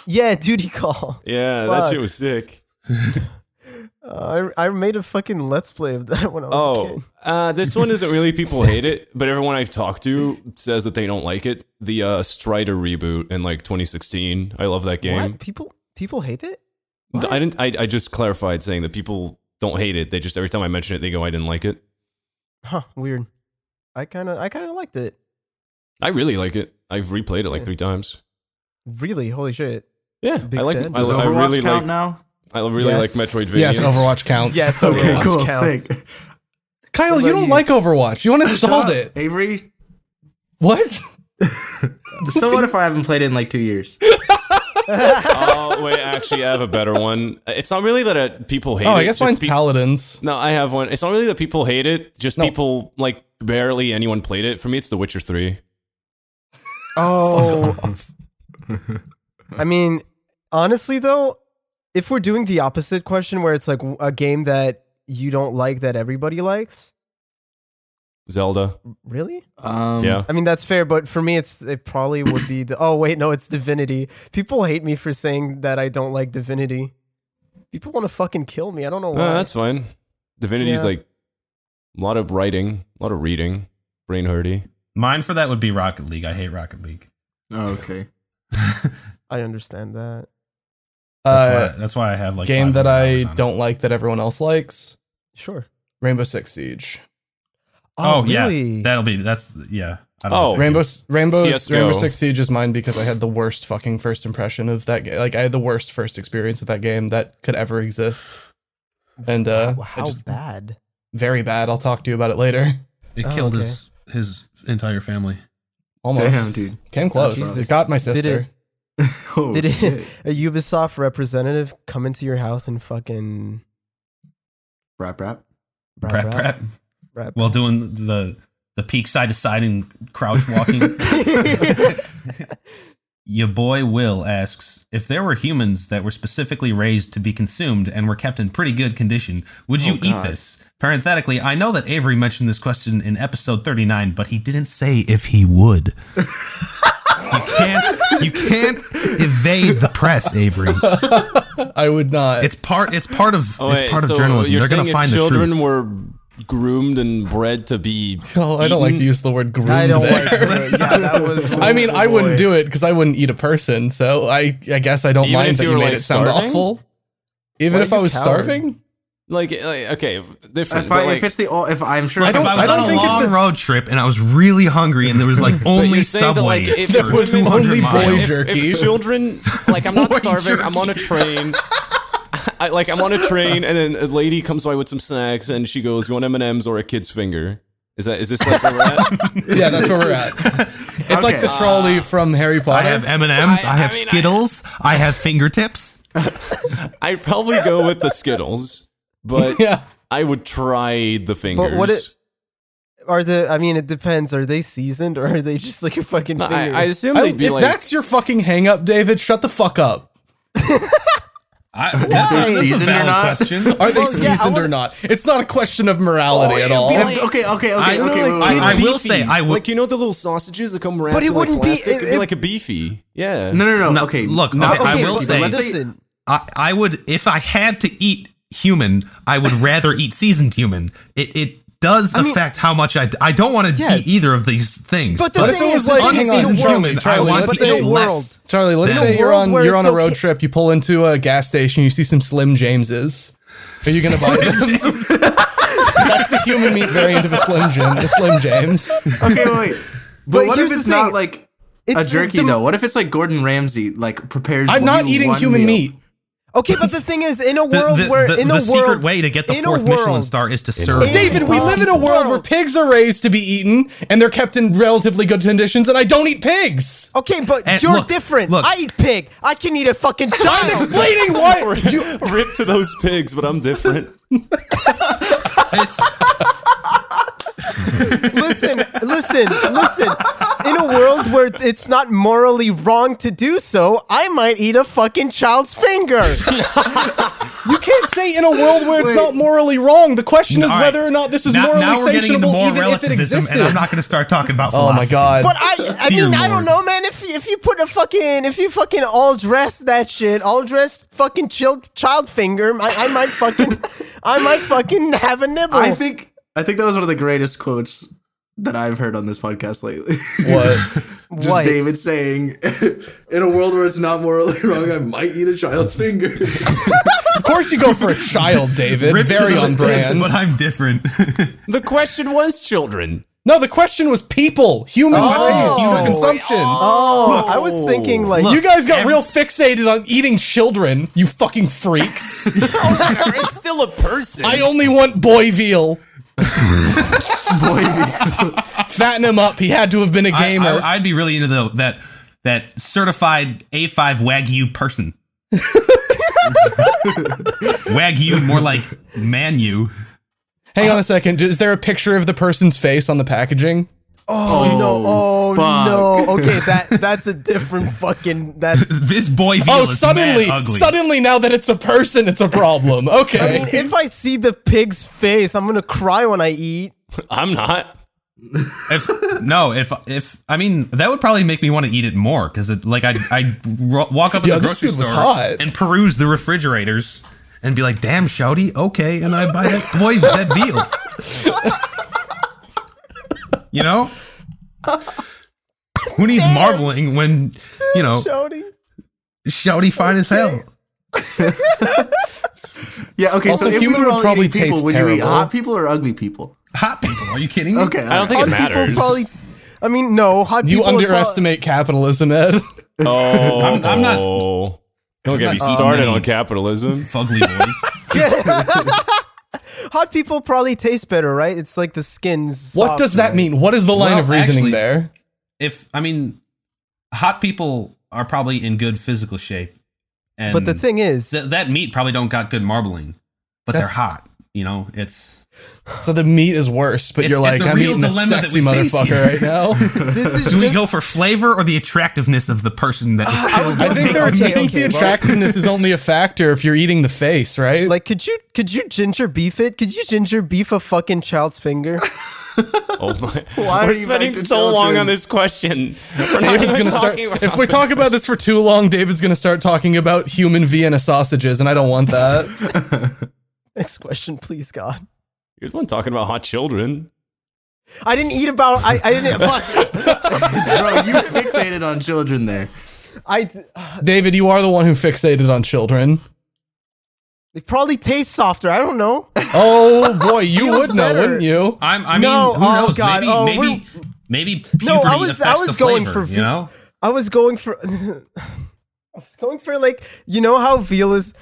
[SPEAKER 1] yeah, duty calls.
[SPEAKER 4] yeah, that
[SPEAKER 1] Fuck.
[SPEAKER 4] shit was sick.
[SPEAKER 1] Uh, I I made a fucking let's play of that when I was a
[SPEAKER 4] Oh,
[SPEAKER 1] kid.
[SPEAKER 4] uh, this one isn't really people hate it, but everyone I've talked to says that they don't like it. The uh, Strider reboot in like 2016. I love that game.
[SPEAKER 1] What people people hate it?
[SPEAKER 4] I didn't. I, I just clarified saying that people don't hate it. They just every time I mention it, they go, "I didn't like it."
[SPEAKER 1] Huh, weird. I kind of I kind of liked it.
[SPEAKER 4] I really like it. I've replayed it like three times.
[SPEAKER 1] Really, holy shit.
[SPEAKER 4] Yeah,
[SPEAKER 1] Big
[SPEAKER 4] I like.
[SPEAKER 1] fan.
[SPEAKER 4] I,
[SPEAKER 6] Does
[SPEAKER 4] I
[SPEAKER 6] Overwatch
[SPEAKER 4] really
[SPEAKER 6] count
[SPEAKER 4] like.
[SPEAKER 6] now?
[SPEAKER 4] I really
[SPEAKER 1] Yes.
[SPEAKER 4] like Metroidvania.
[SPEAKER 5] Yes, Overwatch
[SPEAKER 3] Oh,
[SPEAKER 5] counts.
[SPEAKER 1] Yes,
[SPEAKER 6] Okay,
[SPEAKER 1] Overwatch
[SPEAKER 6] cool.
[SPEAKER 1] counts.
[SPEAKER 6] Sick.
[SPEAKER 5] Kyle,
[SPEAKER 6] What
[SPEAKER 5] you
[SPEAKER 6] about
[SPEAKER 5] don't
[SPEAKER 6] you?
[SPEAKER 5] like Overwatch. You uninstalled
[SPEAKER 6] Shut up,
[SPEAKER 5] it.
[SPEAKER 6] Avery.
[SPEAKER 5] What?
[SPEAKER 6] So what if I haven't played it in like two years?
[SPEAKER 4] oh wait, actually, I have a better one. It's not really that uh people hate.
[SPEAKER 5] Oh,
[SPEAKER 4] it,
[SPEAKER 5] I guess
[SPEAKER 4] just
[SPEAKER 5] mine's
[SPEAKER 4] pe-
[SPEAKER 5] Paladins.
[SPEAKER 4] No, I have one. It's not really that people hate it. Just
[SPEAKER 5] No.
[SPEAKER 4] people like barely anyone played it. For me, it's The Witcher Three.
[SPEAKER 1] Oh. I mean, honestly, though, if we're doing the opposite question where it's like a game that you don't like that everybody likes,
[SPEAKER 4] Zelda.
[SPEAKER 1] really?
[SPEAKER 6] Um,
[SPEAKER 4] yeah.
[SPEAKER 1] I mean, that's fair, but for me, it's it probably would be the. Oh, wait, no, it's Divinity. People hate me for saying that I don't like Divinity. People want to fucking kill me. I don't know why.
[SPEAKER 4] Uh, that's fine. Divinity's
[SPEAKER 1] Yeah.
[SPEAKER 4] like a lot of writing, a lot of reading, brain hurdy.
[SPEAKER 3] Mine for that would be Rocket League. I hate Rocket League.
[SPEAKER 6] Oh, okay.
[SPEAKER 1] I understand that.
[SPEAKER 5] Uh,
[SPEAKER 3] That's, why, that's why I have like
[SPEAKER 5] game that
[SPEAKER 3] 500
[SPEAKER 5] I
[SPEAKER 3] hours on it.
[SPEAKER 5] don't like that everyone else likes.
[SPEAKER 1] Sure.
[SPEAKER 5] Rainbow Six Siege.
[SPEAKER 3] Oh,
[SPEAKER 1] really?
[SPEAKER 3] yeah, that'll be that's yeah. I
[SPEAKER 4] Oh.
[SPEAKER 3] like that
[SPEAKER 5] Rainbow
[SPEAKER 3] game.
[SPEAKER 5] Rainbow
[SPEAKER 4] CS:GO.
[SPEAKER 5] Rainbow Six Siege is mine because I had the worst fucking first impression of that game. Like I had the worst first experience with that game that could ever exist. And uh
[SPEAKER 1] Wow,
[SPEAKER 5] I
[SPEAKER 1] how
[SPEAKER 5] just
[SPEAKER 1] bad?
[SPEAKER 5] very bad. I'll talk to you about it later.
[SPEAKER 3] It
[SPEAKER 1] Oh,
[SPEAKER 3] killed
[SPEAKER 1] okay.
[SPEAKER 3] his his entire family.
[SPEAKER 5] Almost.
[SPEAKER 6] Damn, dude.
[SPEAKER 5] Came close.
[SPEAKER 6] Jesus.
[SPEAKER 5] It got my sister.
[SPEAKER 1] it-
[SPEAKER 6] Oh,
[SPEAKER 1] Did
[SPEAKER 6] shit,
[SPEAKER 1] it, a Ubisoft representative come into your house and fucking
[SPEAKER 6] Rap, rap.
[SPEAKER 1] rap,
[SPEAKER 3] Prep,
[SPEAKER 1] rap,
[SPEAKER 3] prep.
[SPEAKER 1] rap?
[SPEAKER 3] While doing the the peak side to side and crouch walking. Your boy Will asks if there were humans that were specifically raised to be consumed and were kept in pretty good condition, would you
[SPEAKER 6] Oh,
[SPEAKER 3] eat
[SPEAKER 6] God.
[SPEAKER 3] this? Parenthetically, I know that Avery mentioned this question in episode 39, but he didn't say if he would. you can't you can't evade the press, Avery.
[SPEAKER 5] I would not.
[SPEAKER 3] It's part it's part of
[SPEAKER 4] Oh,
[SPEAKER 3] it's
[SPEAKER 4] wait,
[SPEAKER 3] part
[SPEAKER 4] so
[SPEAKER 3] of journalism.
[SPEAKER 4] You're
[SPEAKER 3] They're going
[SPEAKER 4] saying
[SPEAKER 3] to find
[SPEAKER 4] if
[SPEAKER 3] the
[SPEAKER 4] children
[SPEAKER 3] truth.
[SPEAKER 4] were groomed and bred to be.
[SPEAKER 5] oh, I don't like to
[SPEAKER 4] eaten?
[SPEAKER 5] use the word groomed.
[SPEAKER 1] I don't
[SPEAKER 5] there.
[SPEAKER 1] like it. Yeah, that was.
[SPEAKER 5] I mean, I wouldn't
[SPEAKER 1] boy.
[SPEAKER 5] do it because I wouldn't eat a person. So I, I guess I don't
[SPEAKER 4] Even if
[SPEAKER 5] mind that
[SPEAKER 4] you
[SPEAKER 5] you
[SPEAKER 4] were,
[SPEAKER 5] made
[SPEAKER 4] like,
[SPEAKER 5] it sound
[SPEAKER 4] starving?
[SPEAKER 5] awful. Even
[SPEAKER 1] Why
[SPEAKER 5] if
[SPEAKER 1] you
[SPEAKER 5] I was
[SPEAKER 1] coward?
[SPEAKER 5] starving,
[SPEAKER 4] Like, like okay, different.
[SPEAKER 6] If,
[SPEAKER 4] but,
[SPEAKER 6] I,
[SPEAKER 4] like,
[SPEAKER 6] if it's the ol- if I'm sure
[SPEAKER 5] I
[SPEAKER 3] If I
[SPEAKER 5] I
[SPEAKER 3] was
[SPEAKER 5] don't
[SPEAKER 3] on a
[SPEAKER 5] think it's
[SPEAKER 3] long
[SPEAKER 5] a-
[SPEAKER 3] road trip and I was really hungry and there was like
[SPEAKER 4] but
[SPEAKER 3] only
[SPEAKER 4] you're saying that, like,
[SPEAKER 3] subways.
[SPEAKER 4] if
[SPEAKER 3] for
[SPEAKER 5] There was
[SPEAKER 4] women-
[SPEAKER 5] only
[SPEAKER 4] if-
[SPEAKER 5] boy
[SPEAKER 4] if-
[SPEAKER 5] jerky.
[SPEAKER 4] If children, like, I'm not
[SPEAKER 3] Boy
[SPEAKER 4] starving. I'm
[SPEAKER 3] jerky.
[SPEAKER 4] on a train. I, like, I'm on a train, and then a lady comes by with some snacks, and she goes, "You want M and M's or a kid's finger?" Is that is this like where we're at?
[SPEAKER 5] yeah, that's where we're at. It's like
[SPEAKER 6] Okay.
[SPEAKER 5] the trolley from Harry
[SPEAKER 3] I
[SPEAKER 5] Potter.
[SPEAKER 3] have M and M's.
[SPEAKER 4] I-
[SPEAKER 3] I have
[SPEAKER 4] I mean, I-
[SPEAKER 3] Skittles. I have fingertips.
[SPEAKER 4] I probably go with the Skittles, but
[SPEAKER 5] yeah.
[SPEAKER 4] I would try the fingers.
[SPEAKER 1] But what it- Are the? I mean, it depends. Are they seasoned or are they just like a fucking finger?
[SPEAKER 4] I, I assume
[SPEAKER 5] I-
[SPEAKER 4] they'd
[SPEAKER 5] if
[SPEAKER 4] be like.
[SPEAKER 5] that's your fucking hang up, David, shut the fuck up.
[SPEAKER 3] I, that's,
[SPEAKER 1] Why?
[SPEAKER 3] a, that's a
[SPEAKER 6] Seasoned or
[SPEAKER 3] valid
[SPEAKER 6] not?
[SPEAKER 3] question.
[SPEAKER 5] Are they
[SPEAKER 1] Well, yeah, I
[SPEAKER 5] seasoned or
[SPEAKER 1] wanna- Oh,
[SPEAKER 5] not? It's not a question of morality at all.
[SPEAKER 6] If- okay, okay, okay,
[SPEAKER 3] I-
[SPEAKER 6] okay.
[SPEAKER 3] I-
[SPEAKER 6] wait, wait, wait.
[SPEAKER 3] I- will say, I would-
[SPEAKER 4] like you know the little sausages that come wrapped.
[SPEAKER 1] it
[SPEAKER 4] in, like,
[SPEAKER 1] wouldn't be-
[SPEAKER 4] plastic? It'd
[SPEAKER 1] it-
[SPEAKER 4] like a beefy. Yeah.
[SPEAKER 6] no, no, no,
[SPEAKER 3] No,
[SPEAKER 6] Okay,
[SPEAKER 3] look,
[SPEAKER 6] not
[SPEAKER 3] okay, I
[SPEAKER 6] okay,
[SPEAKER 3] will
[SPEAKER 6] but
[SPEAKER 3] say-
[SPEAKER 6] let's
[SPEAKER 1] Listen,
[SPEAKER 3] I, I would, if I had to eat human, I would rather eat seasoned human. It it does affect how much I. I don't want to
[SPEAKER 1] Yes.
[SPEAKER 3] eat either of these things.
[SPEAKER 1] But the
[SPEAKER 5] What if
[SPEAKER 1] thing is,
[SPEAKER 5] it was
[SPEAKER 1] like,
[SPEAKER 5] like, hang on,
[SPEAKER 1] in
[SPEAKER 3] unseasoned
[SPEAKER 1] the
[SPEAKER 5] Charlie,
[SPEAKER 1] world,
[SPEAKER 3] human, I
[SPEAKER 5] Charlie,
[SPEAKER 3] want
[SPEAKER 5] let's
[SPEAKER 3] to
[SPEAKER 5] say-
[SPEAKER 3] eat
[SPEAKER 1] in a world.
[SPEAKER 3] less.
[SPEAKER 5] Charlie, let's
[SPEAKER 3] Then-
[SPEAKER 5] say you're
[SPEAKER 1] world
[SPEAKER 5] on
[SPEAKER 1] where
[SPEAKER 5] you're on
[SPEAKER 1] it's
[SPEAKER 5] a road
[SPEAKER 1] okay-
[SPEAKER 5] trip. You pull into a gas station. You see some Slim Jameses. Are you gonna buy them? That's the human meat variant of a Slim Jim. A Slim James.
[SPEAKER 6] okay, wait, wait. But,
[SPEAKER 1] But
[SPEAKER 6] what if
[SPEAKER 1] here's the
[SPEAKER 6] it's not
[SPEAKER 1] thing.
[SPEAKER 6] like
[SPEAKER 1] It's
[SPEAKER 6] a
[SPEAKER 1] the-
[SPEAKER 6] jerky
[SPEAKER 1] the-
[SPEAKER 6] though? What if it's like Gordon Ramsay like prepares?
[SPEAKER 5] I'm not
[SPEAKER 6] you
[SPEAKER 5] eating
[SPEAKER 6] one
[SPEAKER 5] human
[SPEAKER 6] meal?
[SPEAKER 5] meat.
[SPEAKER 1] Okay, but the thing is, in a
[SPEAKER 3] The,
[SPEAKER 1] world
[SPEAKER 3] the-
[SPEAKER 1] where
[SPEAKER 3] the-
[SPEAKER 1] in
[SPEAKER 3] the
[SPEAKER 1] a world,
[SPEAKER 3] secret way to get the
[SPEAKER 1] in a
[SPEAKER 3] fourth Michelin
[SPEAKER 1] world-
[SPEAKER 3] star is to serve.
[SPEAKER 5] David, we
[SPEAKER 1] Oh,
[SPEAKER 5] live in a world where
[SPEAKER 1] world.
[SPEAKER 5] pigs are raised to be eaten, and they're kept in relatively good conditions. And I don't eat pigs.
[SPEAKER 1] Okay, but
[SPEAKER 3] And
[SPEAKER 1] you're
[SPEAKER 3] look,
[SPEAKER 1] different.
[SPEAKER 3] look.
[SPEAKER 1] I eat pig. I can eat a fucking child.
[SPEAKER 5] Explaining why you,
[SPEAKER 4] Rip to those pigs, but I'm different.
[SPEAKER 3] It's-
[SPEAKER 1] listen, listen, listen. In a world where it's not morally wrong to do so, I might eat a fucking child's finger.
[SPEAKER 5] you can't say in a world where it's not morally wrong. The question is
[SPEAKER 3] All right.
[SPEAKER 5] whether or not this is
[SPEAKER 3] now,
[SPEAKER 5] morally
[SPEAKER 3] now we're getting into
[SPEAKER 5] sanctionable,
[SPEAKER 3] more
[SPEAKER 5] even if it
[SPEAKER 3] relativism,
[SPEAKER 5] existed.
[SPEAKER 3] and I'm not going to start talking about
[SPEAKER 5] oh my
[SPEAKER 3] philosophy.
[SPEAKER 5] god!
[SPEAKER 1] But I, I
[SPEAKER 3] Dear
[SPEAKER 1] mean, I don't
[SPEAKER 3] Lord.
[SPEAKER 1] know, man. If if you put a fucking, if you fucking all dress that shit, all dressed fucking child child finger, I, I might fucking, I might fucking have a nibble.
[SPEAKER 6] Oh. I think I think that was one of the greatest quotes that I've heard on this podcast lately.
[SPEAKER 5] What?
[SPEAKER 6] Just
[SPEAKER 1] What?
[SPEAKER 6] David saying, in a world where it's not morally wrong, I might eat a child's finger.
[SPEAKER 5] of course you go for a child, David.
[SPEAKER 3] Ripped to
[SPEAKER 5] Very
[SPEAKER 3] those
[SPEAKER 5] on
[SPEAKER 3] bits,
[SPEAKER 5] brand.
[SPEAKER 3] But I'm different.
[SPEAKER 4] The question was children.
[SPEAKER 5] No, the question was people, human
[SPEAKER 1] Oh.
[SPEAKER 5] race, human
[SPEAKER 1] Oh.
[SPEAKER 5] consumption.
[SPEAKER 1] Oh, I was thinking like
[SPEAKER 5] you guys got real fixated on eating children, you fucking freaks.
[SPEAKER 4] it's still a person.
[SPEAKER 5] I only want boy veal.
[SPEAKER 6] Boy, because-
[SPEAKER 5] Fatten him up. He had to have been a
[SPEAKER 3] I,
[SPEAKER 5] gamer.
[SPEAKER 3] would be really into the, that that certified A5 Wagyu person. Wagyu, more like Manu.
[SPEAKER 5] Hang on a second. Is there a picture of the person's face on the packaging?
[SPEAKER 1] oh no, oh
[SPEAKER 6] fuck.
[SPEAKER 1] no. Okay, that that's a different fucking that's
[SPEAKER 3] This boy veal
[SPEAKER 5] Oh,
[SPEAKER 3] is
[SPEAKER 5] suddenly,
[SPEAKER 3] mad ugly.
[SPEAKER 5] suddenly, now that it's a person, it's a problem. Okay.
[SPEAKER 1] I mean, if I see the pig's face, I'm gonna cry when I eat.
[SPEAKER 4] I'm not.
[SPEAKER 3] If, no, if if I mean that would probably make me want to eat it more because it like I I walk up in
[SPEAKER 5] Yeah,
[SPEAKER 3] the
[SPEAKER 5] this
[SPEAKER 3] grocery
[SPEAKER 5] dude was
[SPEAKER 3] store
[SPEAKER 5] hot.
[SPEAKER 3] and peruse the refrigerators and be like, "Damn, shouty, okay," and I buy that boy that veal. you know, who needs marbling when you
[SPEAKER 5] Oh.
[SPEAKER 3] know
[SPEAKER 1] Jody.
[SPEAKER 3] shouty fine as hell?
[SPEAKER 6] yeah, okay,
[SPEAKER 5] Also,
[SPEAKER 6] so if we
[SPEAKER 5] human
[SPEAKER 6] were
[SPEAKER 5] would
[SPEAKER 6] all
[SPEAKER 5] probably
[SPEAKER 6] eating people,
[SPEAKER 5] taste
[SPEAKER 6] would you eat
[SPEAKER 5] terrible.
[SPEAKER 6] hot people or ugly people?
[SPEAKER 3] Hot people, are you kidding me?
[SPEAKER 6] Okay,
[SPEAKER 4] I don't think it matters.
[SPEAKER 1] People probably. I mean, no. Hot
[SPEAKER 5] you
[SPEAKER 1] people would
[SPEAKER 5] underestimate capitalism, Ed.
[SPEAKER 4] Oh,
[SPEAKER 3] I'm- I'm not-
[SPEAKER 4] Don't get
[SPEAKER 3] I'm
[SPEAKER 4] me
[SPEAKER 3] not Oh,
[SPEAKER 4] started
[SPEAKER 3] eating.
[SPEAKER 4] on capitalism.
[SPEAKER 3] fugly boys.
[SPEAKER 1] prob- hot people probably taste better, right? It's like the skins.
[SPEAKER 5] What does that mean? What is the line
[SPEAKER 3] Well,
[SPEAKER 5] of reasoning
[SPEAKER 3] actually-
[SPEAKER 5] there?
[SPEAKER 3] if I mean, hot people are probably in good physical shape. And
[SPEAKER 1] But the thing is,
[SPEAKER 3] Th- that meat probably don't got good marbling, but they're hot. You know, it's
[SPEAKER 5] So the meat is worse, but
[SPEAKER 3] It's-
[SPEAKER 5] you're like,
[SPEAKER 3] it's a
[SPEAKER 5] I'm
[SPEAKER 3] real
[SPEAKER 5] eating a
[SPEAKER 3] dilemma that
[SPEAKER 5] sexy
[SPEAKER 3] we face
[SPEAKER 5] motherfucker
[SPEAKER 3] here.
[SPEAKER 5] right now.
[SPEAKER 1] this is
[SPEAKER 3] do we
[SPEAKER 1] just
[SPEAKER 3] go for flavor or the attractiveness of the person that was killed?
[SPEAKER 5] I think, they're,
[SPEAKER 1] Okay,
[SPEAKER 5] I think
[SPEAKER 1] okay,
[SPEAKER 5] the
[SPEAKER 1] well-
[SPEAKER 5] attractiveness is only a factor if you're eating the face, right?
[SPEAKER 1] like, could you could you ginger beef it? Could you ginger beef a fucking child's finger?
[SPEAKER 4] Oh my!
[SPEAKER 6] Why
[SPEAKER 4] We're
[SPEAKER 6] are you
[SPEAKER 4] spending
[SPEAKER 6] back
[SPEAKER 4] so
[SPEAKER 6] to
[SPEAKER 4] long
[SPEAKER 6] children?
[SPEAKER 4] on this question. We're not
[SPEAKER 5] David's
[SPEAKER 4] even
[SPEAKER 5] gonna start.
[SPEAKER 4] talking about-
[SPEAKER 5] If we talk about this for too long, David's gonna start talking about human Vienna sausages, and I don't want that.
[SPEAKER 1] Next question, please, God.
[SPEAKER 4] Here's one talking about hot children.
[SPEAKER 1] I didn't eat about. I, I didn't. Fuck.
[SPEAKER 6] Bro, you fixated on children there.
[SPEAKER 1] I.
[SPEAKER 5] David, you are the one who fixated on children.
[SPEAKER 1] They probably taste softer. I don't know.
[SPEAKER 5] Oh boy, you
[SPEAKER 1] Feels
[SPEAKER 5] would know,
[SPEAKER 1] better.
[SPEAKER 5] wouldn't you?
[SPEAKER 3] I'm, I mean,
[SPEAKER 1] No,
[SPEAKER 3] who
[SPEAKER 1] oh
[SPEAKER 3] knows?
[SPEAKER 1] God,
[SPEAKER 3] maybe,
[SPEAKER 1] oh,
[SPEAKER 3] maybe, maybe puberty
[SPEAKER 1] No, I was-
[SPEAKER 3] affects
[SPEAKER 1] I was
[SPEAKER 3] the
[SPEAKER 1] going
[SPEAKER 3] flavor,
[SPEAKER 1] for
[SPEAKER 3] you know.
[SPEAKER 1] I was going for. I was going for like you know how veal is.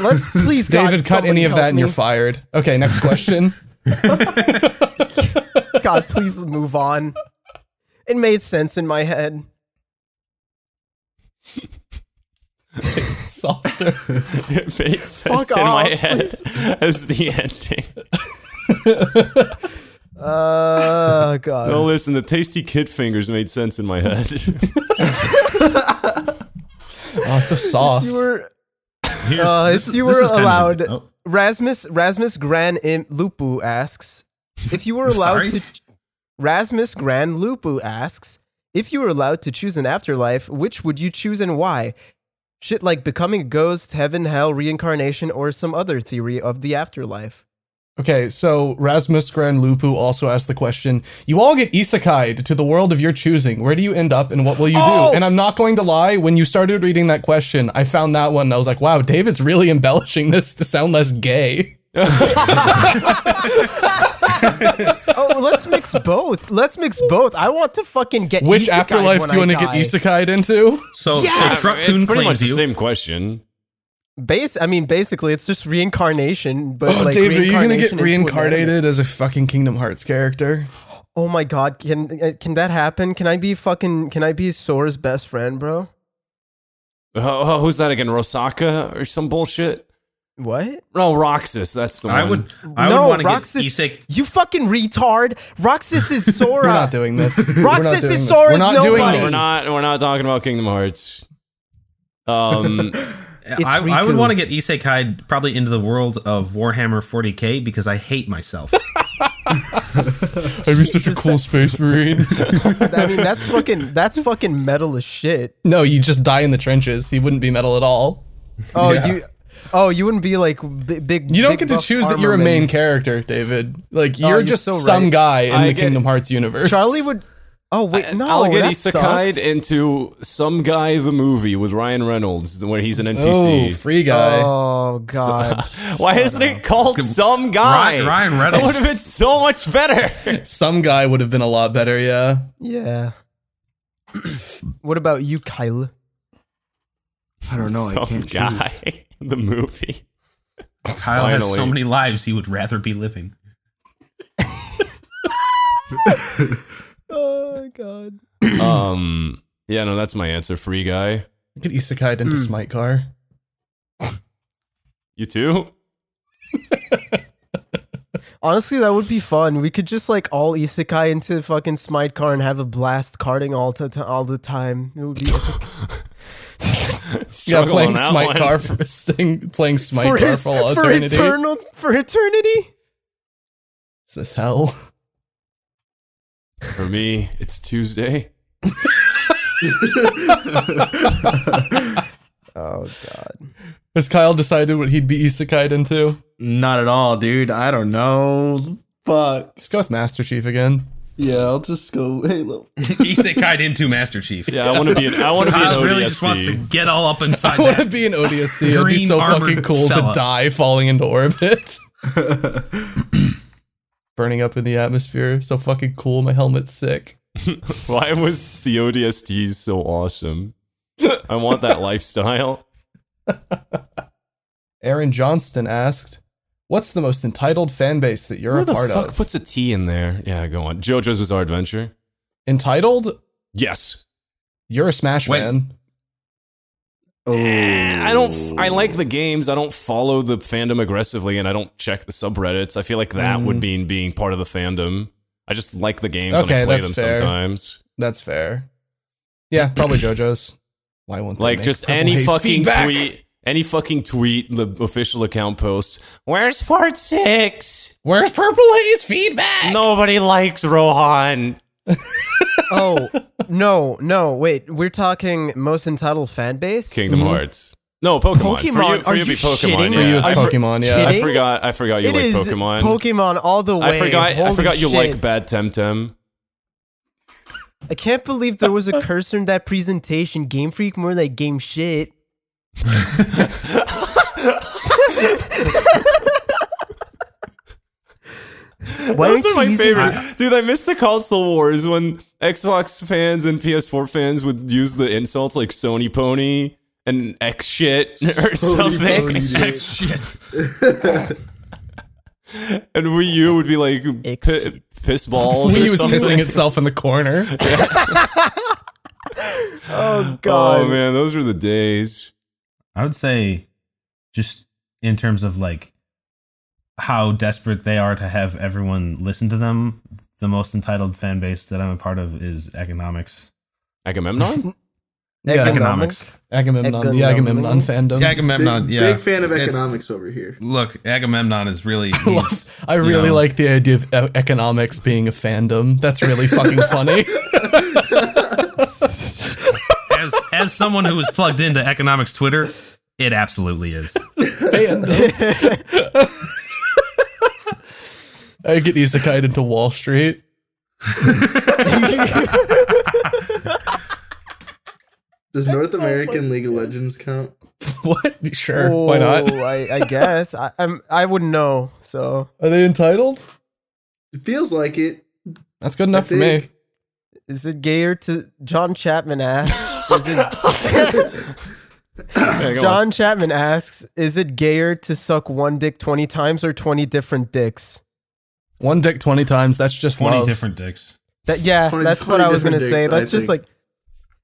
[SPEAKER 1] Let's please, God,
[SPEAKER 5] David, cut
[SPEAKER 1] somebody
[SPEAKER 5] any of
[SPEAKER 1] help
[SPEAKER 5] that, and
[SPEAKER 1] me.
[SPEAKER 5] you're fired. Okay, next question.
[SPEAKER 1] God, please move on. It made sense in my head.
[SPEAKER 5] Softer.
[SPEAKER 4] It made sense
[SPEAKER 1] Fuck
[SPEAKER 4] in my
[SPEAKER 1] off,
[SPEAKER 4] head as the ending.
[SPEAKER 1] Uh, God.
[SPEAKER 4] Oh, listen, the tasty kid fingers made sense in my head.
[SPEAKER 5] oh, so soft.
[SPEAKER 1] You were
[SPEAKER 3] Here's-
[SPEAKER 1] Uh,
[SPEAKER 3] this
[SPEAKER 1] if
[SPEAKER 3] is-
[SPEAKER 1] you
[SPEAKER 3] this
[SPEAKER 1] were
[SPEAKER 3] is kind of a-
[SPEAKER 1] allowed-
[SPEAKER 3] oh,
[SPEAKER 1] Rasmus Rasmus Gran Im- Lupu asks if you were allowed
[SPEAKER 3] sorry?
[SPEAKER 1] to. Rasmus Gran Lupu asks if you were allowed to choose an afterlife, which would you choose and why? Shit like becoming a ghost, heaven, hell, reincarnation, or some other theory of the afterlife.
[SPEAKER 5] Okay, so Rasmus Gran Lupu also asked the question You all get isekai to the world of your choosing. Where do you end up and what will you
[SPEAKER 1] Oh!
[SPEAKER 5] do? And I'm not going to lie, when you started reading that question, I found that one and I was like, wow, David's really embellishing this to sound less gay.
[SPEAKER 1] oh, let's mix both. Let's mix both. I want to fucking get
[SPEAKER 5] Which
[SPEAKER 1] isekai'd
[SPEAKER 5] afterlife
[SPEAKER 1] when
[SPEAKER 5] do you
[SPEAKER 1] I
[SPEAKER 5] want to get
[SPEAKER 1] die.
[SPEAKER 5] isekai'd into?
[SPEAKER 3] So,
[SPEAKER 1] Yes!
[SPEAKER 3] so
[SPEAKER 4] it's
[SPEAKER 3] Truthoon
[SPEAKER 4] pretty much
[SPEAKER 3] claims
[SPEAKER 4] the
[SPEAKER 3] you.
[SPEAKER 4] same question.
[SPEAKER 1] Base. I mean, basically, it's just reincarnation. But
[SPEAKER 5] Oh,
[SPEAKER 1] like,
[SPEAKER 5] David, are you going to get
[SPEAKER 1] reincarnation into an animal.
[SPEAKER 5] reincarnated as a fucking Kingdom Hearts character?
[SPEAKER 1] Oh my god, can uh, can that happen? Can I be fucking? Can I be Sora's best friend, bro?
[SPEAKER 4] Oh, oh, who's that again? Rosaka or some bullshit?
[SPEAKER 1] What?
[SPEAKER 4] No, Roxas. That's the one.
[SPEAKER 3] I would, I
[SPEAKER 1] no,
[SPEAKER 3] would want to get
[SPEAKER 1] Roxas.
[SPEAKER 3] Isek.
[SPEAKER 1] You fucking retard. Roxas is
[SPEAKER 5] We're not
[SPEAKER 1] Sora.
[SPEAKER 5] doing this. We're not
[SPEAKER 1] Roxas
[SPEAKER 5] doing
[SPEAKER 1] is
[SPEAKER 5] this.
[SPEAKER 1] Sora's
[SPEAKER 5] We're not doing
[SPEAKER 1] nobody.
[SPEAKER 5] this.
[SPEAKER 4] We're not. We're not talking about Kingdom Hearts. Um,
[SPEAKER 3] I, I would
[SPEAKER 1] Riku.
[SPEAKER 3] want to get Isekai probably into the world of Warhammer 40k because I hate myself.
[SPEAKER 5] I'd be such a cool space marine.
[SPEAKER 1] I mean, that's fucking. That's fucking metal as shit.
[SPEAKER 5] no, you just die in the trenches. He wouldn't be metal at all.
[SPEAKER 1] Oh, you. Oh, you wouldn't be like b- big.
[SPEAKER 5] You don't
[SPEAKER 1] big
[SPEAKER 5] get to
[SPEAKER 1] buff
[SPEAKER 5] choose that
[SPEAKER 1] armor
[SPEAKER 5] you're a main
[SPEAKER 1] man.
[SPEAKER 5] character, David. Like you're
[SPEAKER 1] you're
[SPEAKER 5] just
[SPEAKER 1] so
[SPEAKER 5] some
[SPEAKER 1] right.
[SPEAKER 5] guy in
[SPEAKER 4] I
[SPEAKER 5] the
[SPEAKER 4] get-
[SPEAKER 5] Kingdom Hearts universe.
[SPEAKER 1] Charlie would. Oh wait, no.
[SPEAKER 4] I'll get
[SPEAKER 1] that
[SPEAKER 4] isekai'd
[SPEAKER 1] sucks.
[SPEAKER 4] into Some Guy the Movie with Ryan Reynolds, where he's an
[SPEAKER 5] Oh,
[SPEAKER 4] NPC.
[SPEAKER 5] free guy.
[SPEAKER 1] Oh god.
[SPEAKER 4] Why isn't it called Some Guy?
[SPEAKER 3] Ryan, Ryan
[SPEAKER 4] That would
[SPEAKER 3] Reynolds.
[SPEAKER 4] have been so much better.
[SPEAKER 5] Some guy would have been a lot better. Yeah.
[SPEAKER 1] yeah. what about you, Kyle?
[SPEAKER 6] I don't know. I
[SPEAKER 4] Some
[SPEAKER 6] can't
[SPEAKER 4] Guy,
[SPEAKER 6] choose.
[SPEAKER 4] the movie.
[SPEAKER 3] Kyle has so
[SPEAKER 4] Finally.
[SPEAKER 3] many lives he would rather be living.
[SPEAKER 1] Oh god.
[SPEAKER 4] Um, yeah, no, that's my answer. Free Guy.
[SPEAKER 5] Get isekai
[SPEAKER 1] Hmm.
[SPEAKER 5] into Smite Car.
[SPEAKER 4] You too?
[SPEAKER 1] Honestly, that would be fun. We could just like all isekai into fucking Smite car and have a blast carding all to to- all the time. It would be epic.
[SPEAKER 5] Yeah,
[SPEAKER 4] Struggle on
[SPEAKER 5] playing
[SPEAKER 4] that
[SPEAKER 5] Smite
[SPEAKER 4] one.
[SPEAKER 5] Car for thing, playing Smite
[SPEAKER 1] for,
[SPEAKER 5] Car
[SPEAKER 1] his,
[SPEAKER 5] for all
[SPEAKER 1] for
[SPEAKER 5] eternity.
[SPEAKER 1] eternal for eternity.
[SPEAKER 5] Is this hell?
[SPEAKER 4] For me, it's Tuesday.
[SPEAKER 1] Oh god.
[SPEAKER 5] Has Kyle decided what he'd be isekai into?
[SPEAKER 6] Not at all, dude. I don't know. Fuck.
[SPEAKER 5] Let's go with Master Chief again.
[SPEAKER 6] Yeah, I'll just go Halo.
[SPEAKER 3] Isekai'd into Master Chief.
[SPEAKER 4] Yeah, I want to be an I want to be an
[SPEAKER 3] Kyle
[SPEAKER 4] ODST.
[SPEAKER 3] really just wants to get all up inside
[SPEAKER 5] I want to
[SPEAKER 3] that.
[SPEAKER 5] be an ODST. It'd be
[SPEAKER 3] Green
[SPEAKER 5] so
[SPEAKER 3] armored
[SPEAKER 5] fucking cool to
[SPEAKER 3] fella.
[SPEAKER 5] die falling into orbit. Burning up in the atmosphere. So fucking cool. My helmet's sick.
[SPEAKER 4] Why was the ODST so awesome? I want that lifestyle.
[SPEAKER 5] Aaron Johnston asked, What's the most entitled fan base that you're
[SPEAKER 4] Who
[SPEAKER 5] a
[SPEAKER 4] the
[SPEAKER 5] part
[SPEAKER 4] fuck
[SPEAKER 5] of?
[SPEAKER 4] puts a T in there? Yeah, go on. JoJo's Bizarre Adventure.
[SPEAKER 5] Entitled?
[SPEAKER 4] Yes.
[SPEAKER 5] You're a Smash
[SPEAKER 3] Wait.
[SPEAKER 5] fan.
[SPEAKER 6] Oh.
[SPEAKER 4] Eh, I don't. f- I like the games. I don't follow the fandom aggressively, and I don't check the subreddits. I feel like that
[SPEAKER 5] Mm.
[SPEAKER 4] would mean being part of the fandom. I just like the games
[SPEAKER 5] Okay,
[SPEAKER 4] and I play
[SPEAKER 5] that's
[SPEAKER 4] them
[SPEAKER 5] fair.
[SPEAKER 4] sometimes.
[SPEAKER 5] That's fair. Yeah, probably JoJo's. Why won't they
[SPEAKER 4] Like
[SPEAKER 5] make
[SPEAKER 4] just
[SPEAKER 5] Purple
[SPEAKER 4] any
[SPEAKER 5] Haze
[SPEAKER 4] fucking
[SPEAKER 5] feedback?
[SPEAKER 4] tweet, any fucking tweet, the official account posts. Where's part six?
[SPEAKER 5] Where's Purple Haze feedback?
[SPEAKER 4] Nobody likes Rohan.
[SPEAKER 1] Oh no, no, wait. We're talking most entitled fan base.
[SPEAKER 4] Kingdom
[SPEAKER 5] Mhm.
[SPEAKER 4] Hearts. No, Pokemon. For
[SPEAKER 1] Mm-hmm. Pokemon?
[SPEAKER 4] you, for
[SPEAKER 1] Are
[SPEAKER 4] you, it'd be
[SPEAKER 1] you
[SPEAKER 4] Pokemon.
[SPEAKER 1] shitting
[SPEAKER 5] For
[SPEAKER 4] yeah.
[SPEAKER 5] you, it's
[SPEAKER 4] I, for-
[SPEAKER 5] Pokemon. Yeah.
[SPEAKER 1] kidding?
[SPEAKER 4] I forgot. I forgot you
[SPEAKER 1] It
[SPEAKER 4] like
[SPEAKER 1] is
[SPEAKER 4] Pokemon.
[SPEAKER 1] Pokemon all the way.
[SPEAKER 4] I forgot. I
[SPEAKER 1] Holy
[SPEAKER 4] forgot you
[SPEAKER 1] shit.
[SPEAKER 4] like Bad Temtem.
[SPEAKER 1] I can't believe there was a cursor in that presentation. Game Freak more like game shit. Why
[SPEAKER 4] Those
[SPEAKER 1] aren't
[SPEAKER 4] are my
[SPEAKER 1] you using-
[SPEAKER 4] favorite, dude. I miss the console wars when Xbox fans and PS4 fans would use the insults like Sony Pony and X shit or something, and Wii U would be like
[SPEAKER 1] X
[SPEAKER 4] pi- piss balls
[SPEAKER 5] Wii
[SPEAKER 4] or
[SPEAKER 5] U was
[SPEAKER 4] something.
[SPEAKER 5] pissing itself in the corner.
[SPEAKER 1] Oh god.
[SPEAKER 4] Oh man, those were the days.
[SPEAKER 3] I would say, just in terms of like how desperate they are to have everyone listen to them, the most entitled fan base that I'm a part of is economics.
[SPEAKER 4] Agamemnon.
[SPEAKER 5] Yeah.
[SPEAKER 3] Economics.
[SPEAKER 5] Agamemnon, the Agamemnon
[SPEAKER 1] Agamemnon.
[SPEAKER 5] fandom.
[SPEAKER 3] Agamemnon,
[SPEAKER 6] Big,
[SPEAKER 3] yeah.
[SPEAKER 6] big fan of
[SPEAKER 3] It's-
[SPEAKER 6] economics over here.
[SPEAKER 3] Look, Agamemnon is really. he's-
[SPEAKER 5] I really
[SPEAKER 3] know.
[SPEAKER 5] like the idea of e- economics being a fandom. That's really fucking funny.
[SPEAKER 3] as as someone who is plugged into economics Twitter, it absolutely is.
[SPEAKER 5] fandom. I get isekai into Wall Street.
[SPEAKER 6] Does North American League of Legends count?
[SPEAKER 5] What? Sure. Why not?
[SPEAKER 1] Oh, I, I guess I, I'm. I wouldn't know. So
[SPEAKER 5] Are they entitled?
[SPEAKER 6] It feels like it.
[SPEAKER 5] That's good enough for me.
[SPEAKER 6] think-
[SPEAKER 1] is it gayer to John Chapman asks? Is it,
[SPEAKER 4] Yeah, go on.
[SPEAKER 1] John Chapman asks, is it gayer to suck one dick twenty times or twenty different dicks?
[SPEAKER 5] One dick twenty times. That's just
[SPEAKER 3] Twenty
[SPEAKER 5] love.
[SPEAKER 3] different dicks.
[SPEAKER 1] That yeah,
[SPEAKER 6] 20
[SPEAKER 1] that's what I was
[SPEAKER 6] 20
[SPEAKER 1] gonna say.
[SPEAKER 6] different dicks,
[SPEAKER 1] That's
[SPEAKER 6] I
[SPEAKER 1] just
[SPEAKER 6] think.
[SPEAKER 1] like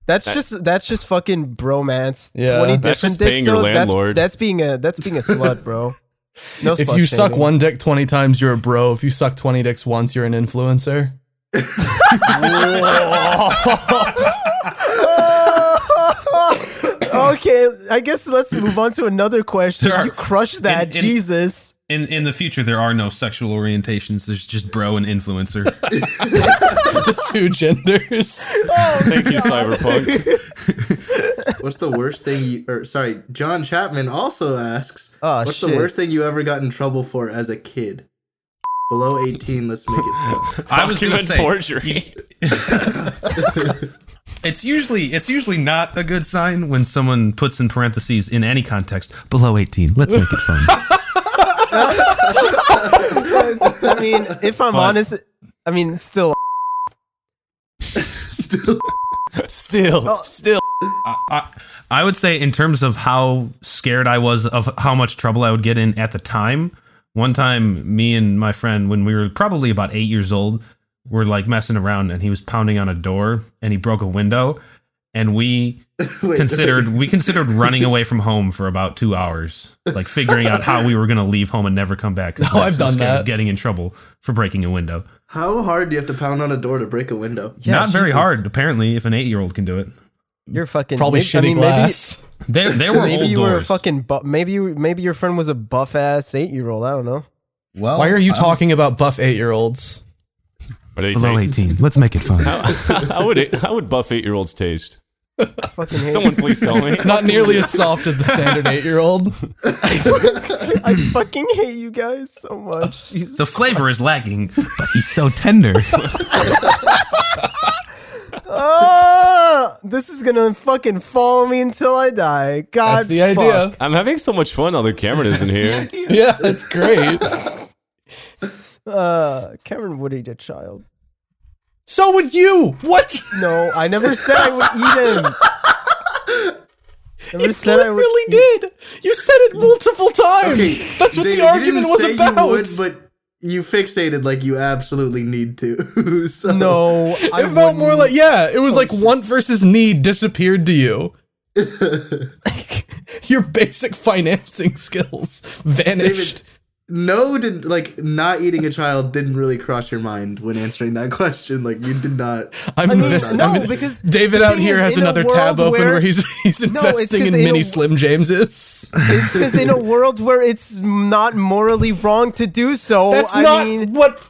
[SPEAKER 1] that's just that's just fucking bromance.
[SPEAKER 5] Yeah.
[SPEAKER 1] twenty
[SPEAKER 5] That's
[SPEAKER 1] different
[SPEAKER 4] just
[SPEAKER 1] dicks.
[SPEAKER 4] paying your
[SPEAKER 1] though, that's-
[SPEAKER 4] landlord.
[SPEAKER 1] That's, being a that's being a slut, bro. No,
[SPEAKER 5] If
[SPEAKER 1] slut
[SPEAKER 5] you suck
[SPEAKER 1] shaming.
[SPEAKER 5] one dick twenty times, you're a bro. If you suck twenty dicks once, you're an influencer.
[SPEAKER 1] okay, I guess let's move on to another question.
[SPEAKER 3] There are-
[SPEAKER 1] you crushed that,
[SPEAKER 3] in- in-
[SPEAKER 1] Jesus.
[SPEAKER 3] In in the future, there are no sexual orientations. There's just bro and influencer.
[SPEAKER 5] Two genders.
[SPEAKER 4] Thank you, Cyberpunk.
[SPEAKER 6] What's the worst thing you or sorry, John Chapman also asks
[SPEAKER 1] Oh,
[SPEAKER 5] Ah,
[SPEAKER 6] What's the
[SPEAKER 1] shit.
[SPEAKER 6] worst thing you ever got in trouble for as a kid? Below 18, let's make it fun.
[SPEAKER 3] I was gonna
[SPEAKER 4] Document
[SPEAKER 3] say
[SPEAKER 4] forgery.
[SPEAKER 3] it's usually it's usually not a good sign when someone puts in parentheses in any context below 18. Let's make it fun.
[SPEAKER 1] I mean, if I'm honest, I mean, still,
[SPEAKER 4] still, still.
[SPEAKER 3] I, I would say in terms of how scared I was of how much trouble I would get in at the time. One time, me and my friend, when we were probably about eight years old, were like messing around, and he was pounding on a door, and he broke a window, and we considered we considered running away from home for about two hours, like figuring out how we were going to leave home and never come back. 'cause
[SPEAKER 5] No,
[SPEAKER 3] we were
[SPEAKER 5] I've
[SPEAKER 3] so
[SPEAKER 5] done
[SPEAKER 3] scared of
[SPEAKER 5] that.
[SPEAKER 3] Getting in trouble for breaking a window.
[SPEAKER 6] How hard do you have to pound on a door to break a window?
[SPEAKER 3] Not very
[SPEAKER 1] Jesus.
[SPEAKER 3] hard, apparently, if an eight-year-old can do it.
[SPEAKER 1] you're fucking
[SPEAKER 5] Probably
[SPEAKER 1] maybe-
[SPEAKER 5] shitty glass.
[SPEAKER 3] There, there
[SPEAKER 1] Maybe,
[SPEAKER 3] were
[SPEAKER 1] maybe
[SPEAKER 3] old
[SPEAKER 1] you
[SPEAKER 3] doors.
[SPEAKER 1] were a fucking bu- maybe you, maybe your friend was a buff ass eight year old. I don't know.
[SPEAKER 3] well,
[SPEAKER 5] Why are you talking about buff eight year olds?
[SPEAKER 4] But 18,
[SPEAKER 3] below 18? Let's make it fun.
[SPEAKER 4] how would it, how would buff eight year olds taste?
[SPEAKER 1] I fucking hate.
[SPEAKER 4] Someone please tell me.
[SPEAKER 5] Not nearly as soft as the standard eight year old.
[SPEAKER 1] I fucking hate you guys so much. Jesus.
[SPEAKER 3] The flavor is lacking, but he's so tender.
[SPEAKER 1] Ah, this is gonna fucking follow me until I die. God,
[SPEAKER 5] That's the
[SPEAKER 1] fuck.
[SPEAKER 5] idea.
[SPEAKER 4] I'm having so much fun now that Cameron isn't here.
[SPEAKER 5] Yeah, that's great.
[SPEAKER 1] Uh, Cameron would eat a child.
[SPEAKER 5] so would you. What?
[SPEAKER 1] No, I never said I would eat him. Never said I would.
[SPEAKER 5] really
[SPEAKER 1] eat-
[SPEAKER 5] did. You said it multiple times.
[SPEAKER 6] Okay,
[SPEAKER 5] That's what
[SPEAKER 6] Dave,
[SPEAKER 5] the
[SPEAKER 6] you
[SPEAKER 5] argument
[SPEAKER 6] didn't
[SPEAKER 5] was
[SPEAKER 6] say you
[SPEAKER 5] about.
[SPEAKER 6] would, but you fixated like you absolutely need to. so
[SPEAKER 1] No, I
[SPEAKER 5] it felt more
[SPEAKER 1] wouldn't.
[SPEAKER 5] like yeah. It was like want versus need disappeared to you. Your basic financing skills vanished.
[SPEAKER 6] David, no, did like not eating a child didn't really cross your mind when answering that question. Like you did not.
[SPEAKER 5] I'm
[SPEAKER 1] I mean,
[SPEAKER 5] investing.
[SPEAKER 1] no,
[SPEAKER 5] I'm in-
[SPEAKER 1] because
[SPEAKER 5] David
[SPEAKER 1] the
[SPEAKER 5] out
[SPEAKER 1] thing
[SPEAKER 5] here
[SPEAKER 1] is,
[SPEAKER 5] has
[SPEAKER 1] in a
[SPEAKER 5] another
[SPEAKER 1] world
[SPEAKER 5] tab open where,
[SPEAKER 1] where-
[SPEAKER 5] he's he's
[SPEAKER 1] No, it's
[SPEAKER 5] investing
[SPEAKER 1] 'cause
[SPEAKER 5] in
[SPEAKER 1] in a
[SPEAKER 5] mini
[SPEAKER 1] w-
[SPEAKER 5] Slim Jameses.
[SPEAKER 1] It's because in a world where it's not morally wrong to do so,
[SPEAKER 5] That's
[SPEAKER 1] I
[SPEAKER 5] not
[SPEAKER 1] mean,
[SPEAKER 5] what.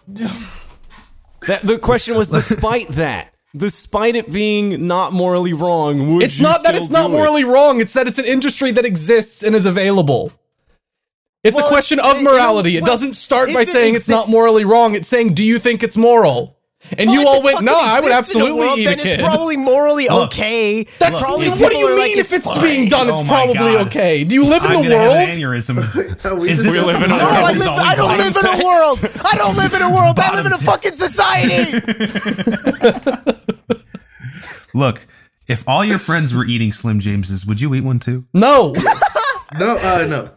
[SPEAKER 4] That, the question was, despite that, despite it being not morally wrong, would
[SPEAKER 5] It's
[SPEAKER 4] you
[SPEAKER 5] not that
[SPEAKER 4] still
[SPEAKER 5] it's not
[SPEAKER 4] do it?
[SPEAKER 5] morally wrong. It's that it's an industry that exists and is available. It's
[SPEAKER 1] Well,
[SPEAKER 5] a question
[SPEAKER 1] it's-
[SPEAKER 5] of
[SPEAKER 1] it- you know
[SPEAKER 5] morality. It
[SPEAKER 1] what?
[SPEAKER 5] doesn't start
[SPEAKER 1] If
[SPEAKER 5] by
[SPEAKER 1] it
[SPEAKER 5] saying it's
[SPEAKER 1] exi-
[SPEAKER 5] not morally wrong. It's saying, do you think it's moral? And
[SPEAKER 1] Well,
[SPEAKER 5] you
[SPEAKER 1] if
[SPEAKER 5] all
[SPEAKER 1] it
[SPEAKER 5] went,
[SPEAKER 1] fucking
[SPEAKER 5] no, I
[SPEAKER 1] exists
[SPEAKER 5] would
[SPEAKER 1] in a
[SPEAKER 5] absolutely
[SPEAKER 1] world,
[SPEAKER 5] eat a
[SPEAKER 1] then
[SPEAKER 5] kid.
[SPEAKER 1] It's probably morally
[SPEAKER 3] Look,
[SPEAKER 1] okay.
[SPEAKER 5] That's
[SPEAKER 1] probably
[SPEAKER 5] what do
[SPEAKER 1] people
[SPEAKER 5] you
[SPEAKER 1] are
[SPEAKER 5] mean
[SPEAKER 1] like,
[SPEAKER 5] if it's
[SPEAKER 1] fine.
[SPEAKER 5] being done? It's
[SPEAKER 3] Oh my
[SPEAKER 5] probably
[SPEAKER 3] God.
[SPEAKER 5] okay. Do you live in
[SPEAKER 3] I'm
[SPEAKER 5] the
[SPEAKER 3] gonna have an
[SPEAKER 5] world?
[SPEAKER 6] No,
[SPEAKER 3] aneurysm.
[SPEAKER 6] we
[SPEAKER 3] Is
[SPEAKER 6] just-
[SPEAKER 3] this
[SPEAKER 4] We live in a
[SPEAKER 1] No, I,
[SPEAKER 4] world. It's
[SPEAKER 1] live,
[SPEAKER 3] always
[SPEAKER 1] I don't
[SPEAKER 3] bottom
[SPEAKER 1] live in a
[SPEAKER 3] text.
[SPEAKER 1] world. I don't live in a world. I live in a fucking society.
[SPEAKER 3] Look, if all your friends were eating Slim Jameses, would you eat one too?
[SPEAKER 5] No.
[SPEAKER 6] no, uh, no.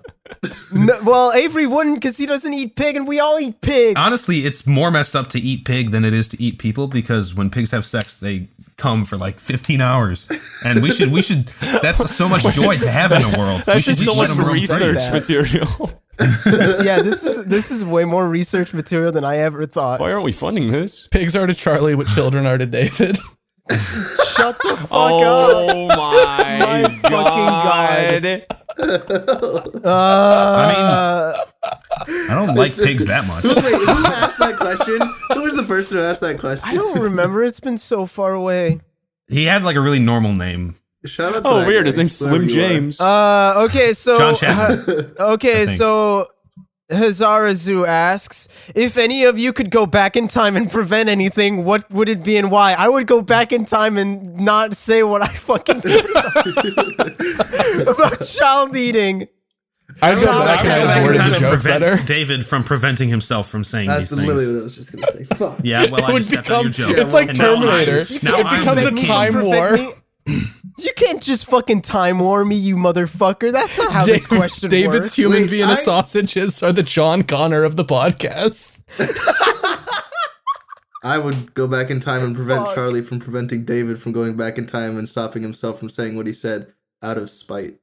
[SPEAKER 1] No, well, Avery wouldn't because he doesn't eat pig, and we all eat pig.
[SPEAKER 3] Honestly, it's more messed up to eat pig than it is to eat people because when pigs have sex, they come for like 15 hours, and we should we should. That's so much joy to have in a world.
[SPEAKER 4] That's
[SPEAKER 3] we should
[SPEAKER 4] just so
[SPEAKER 3] let
[SPEAKER 4] much
[SPEAKER 3] them roam free.
[SPEAKER 4] research
[SPEAKER 1] that.
[SPEAKER 4] material.
[SPEAKER 1] yeah, this is this is way more research material than I ever thought.
[SPEAKER 4] Why aren't we funding this?
[SPEAKER 5] Pigs are to Charlie what children are to
[SPEAKER 1] Shut
[SPEAKER 5] David.
[SPEAKER 1] the fuck up.
[SPEAKER 4] oh my,
[SPEAKER 1] My fucking God.
[SPEAKER 4] god. Oh,
[SPEAKER 3] I mean, I don't like pigs that much.
[SPEAKER 6] Wait, who asked that question? Who was the person who asked that
[SPEAKER 1] I
[SPEAKER 6] question?
[SPEAKER 1] don't remember. It's been so far away.
[SPEAKER 3] He had like a really normal name,
[SPEAKER 6] Shout out to
[SPEAKER 4] Oh
[SPEAKER 6] that
[SPEAKER 4] weird,
[SPEAKER 6] guy,
[SPEAKER 4] his name's
[SPEAKER 6] whoever
[SPEAKER 4] Slim
[SPEAKER 6] you are.
[SPEAKER 4] James.
[SPEAKER 1] Uh, okay, so
[SPEAKER 3] John Chapman.
[SPEAKER 1] Okay,
[SPEAKER 3] think.
[SPEAKER 1] so Hazarazu asks if any of you could go back in time and prevent anything, what would it be and why? I would go back in time and not say what I fucking said about child eating.
[SPEAKER 5] I'd go
[SPEAKER 1] Charlie,
[SPEAKER 5] back
[SPEAKER 1] I would go
[SPEAKER 5] and
[SPEAKER 1] back
[SPEAKER 5] word
[SPEAKER 1] in
[SPEAKER 5] the
[SPEAKER 1] time
[SPEAKER 5] joke better.
[SPEAKER 3] David from preventing himself from saying these
[SPEAKER 6] That's
[SPEAKER 3] things.
[SPEAKER 6] literally what I was just gonna say. Fuck.
[SPEAKER 3] yeah, well,
[SPEAKER 5] It
[SPEAKER 3] I
[SPEAKER 5] would
[SPEAKER 3] just stepped on your
[SPEAKER 5] become.
[SPEAKER 3] joke.
[SPEAKER 5] It's like
[SPEAKER 3] And now I'm-
[SPEAKER 5] Terminator.
[SPEAKER 3] now
[SPEAKER 5] It
[SPEAKER 3] I'm
[SPEAKER 5] becomes
[SPEAKER 3] the
[SPEAKER 5] a
[SPEAKER 3] king.
[SPEAKER 5] time
[SPEAKER 1] Prevent
[SPEAKER 5] war.
[SPEAKER 1] me- You can't just fucking time war me, you motherfucker. That's not how this
[SPEAKER 5] Dave-
[SPEAKER 1] question
[SPEAKER 5] David's
[SPEAKER 1] works.
[SPEAKER 5] human
[SPEAKER 6] Wait,
[SPEAKER 5] Vienna
[SPEAKER 6] I-
[SPEAKER 5] sausages are the John Connor of the podcast.
[SPEAKER 6] I would go back in time and prevent
[SPEAKER 1] Fuck.
[SPEAKER 6] Charlie from preventing David from going back in time and stopping himself from saying what he said out of spite.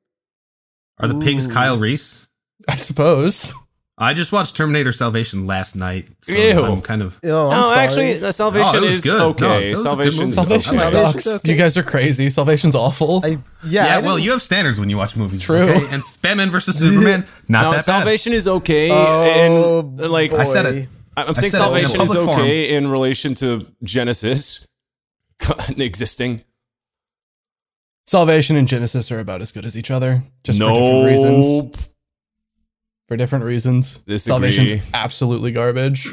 [SPEAKER 3] Are the pigs Kyle Reese?
[SPEAKER 5] I suppose.
[SPEAKER 3] I just watched Terminator Salvation last night. So
[SPEAKER 4] Ew.
[SPEAKER 3] I'm kind of.
[SPEAKER 1] Oh, I'm
[SPEAKER 4] no,
[SPEAKER 1] sorry.
[SPEAKER 4] actually, the Salvation
[SPEAKER 3] Oh, it was
[SPEAKER 4] is
[SPEAKER 3] good. No,
[SPEAKER 4] okay.
[SPEAKER 3] it was a good
[SPEAKER 4] Salvation
[SPEAKER 3] movie.
[SPEAKER 4] is
[SPEAKER 5] Salvation
[SPEAKER 4] okay.
[SPEAKER 5] sucks.
[SPEAKER 1] okay.
[SPEAKER 5] You guys are crazy. Salvation's awful.
[SPEAKER 1] I, yeah,
[SPEAKER 3] Yeah,
[SPEAKER 1] I
[SPEAKER 3] well,
[SPEAKER 1] didn't-
[SPEAKER 3] you have standards when you watch movies.
[SPEAKER 5] True.
[SPEAKER 3] Okay? And Batman versus Superman, not
[SPEAKER 4] No,
[SPEAKER 3] that
[SPEAKER 4] Salvation is okay,
[SPEAKER 1] Oh,
[SPEAKER 4] and like
[SPEAKER 1] boy.
[SPEAKER 3] bad. I said it.
[SPEAKER 4] I- I'm saying
[SPEAKER 3] said it in a
[SPEAKER 4] Salvation is
[SPEAKER 3] public forum.
[SPEAKER 4] okay in relation to Genesis existing.
[SPEAKER 5] Salvation and Genesis are about as good as each other, just for different reasons.
[SPEAKER 4] Nope.
[SPEAKER 5] For different reasons,
[SPEAKER 4] Disagree.
[SPEAKER 5] Salvation's absolutely garbage.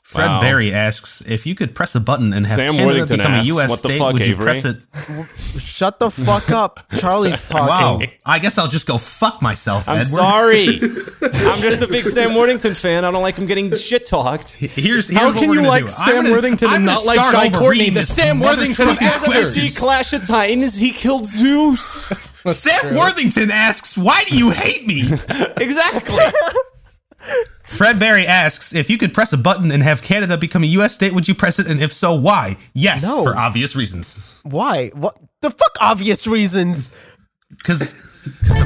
[SPEAKER 3] Fred
[SPEAKER 4] Wow.
[SPEAKER 3] Barry asks if you could press a button and have
[SPEAKER 4] Sam
[SPEAKER 3] Canada
[SPEAKER 4] Worthington
[SPEAKER 3] become
[SPEAKER 4] asks,
[SPEAKER 3] a U.S.
[SPEAKER 4] "What the
[SPEAKER 3] state,
[SPEAKER 4] fuck,
[SPEAKER 3] would you
[SPEAKER 4] Avery?"
[SPEAKER 3] press it?
[SPEAKER 1] Shut the fuck up. Charlie's
[SPEAKER 3] Wow.
[SPEAKER 1] talking.
[SPEAKER 3] I guess I'll just go fuck myself,
[SPEAKER 4] I'm
[SPEAKER 3] Edward.
[SPEAKER 4] sorry. I'm just a big Sam Worthington fan. I don't like him getting shit talked.
[SPEAKER 3] Here's, here's
[SPEAKER 5] How
[SPEAKER 3] what
[SPEAKER 5] can
[SPEAKER 3] we're
[SPEAKER 5] you
[SPEAKER 3] gonna
[SPEAKER 5] like
[SPEAKER 3] do. I'm
[SPEAKER 5] Sam
[SPEAKER 3] gonna-
[SPEAKER 5] Worthington
[SPEAKER 3] I'm
[SPEAKER 5] and
[SPEAKER 3] gonna
[SPEAKER 5] not like
[SPEAKER 3] start
[SPEAKER 5] Jai
[SPEAKER 3] over
[SPEAKER 5] Courtney,
[SPEAKER 3] reading
[SPEAKER 5] the
[SPEAKER 3] this
[SPEAKER 5] Sam
[SPEAKER 3] mother
[SPEAKER 5] Worthington of
[SPEAKER 3] trucking
[SPEAKER 5] Athens?
[SPEAKER 3] quiz.
[SPEAKER 4] See Clash of Titans, he killed Zeus.
[SPEAKER 3] Sam Worthington asks, "Why do you hate me?"
[SPEAKER 4] Exactly.
[SPEAKER 3] Fred Barry asks, "If you could press a button and have Canada become a U.S. state, would you press it? And if so, why?" Yes,
[SPEAKER 1] No.
[SPEAKER 3] for obvious reasons.
[SPEAKER 1] Why? What the fuck? Obvious reasons.
[SPEAKER 3] Because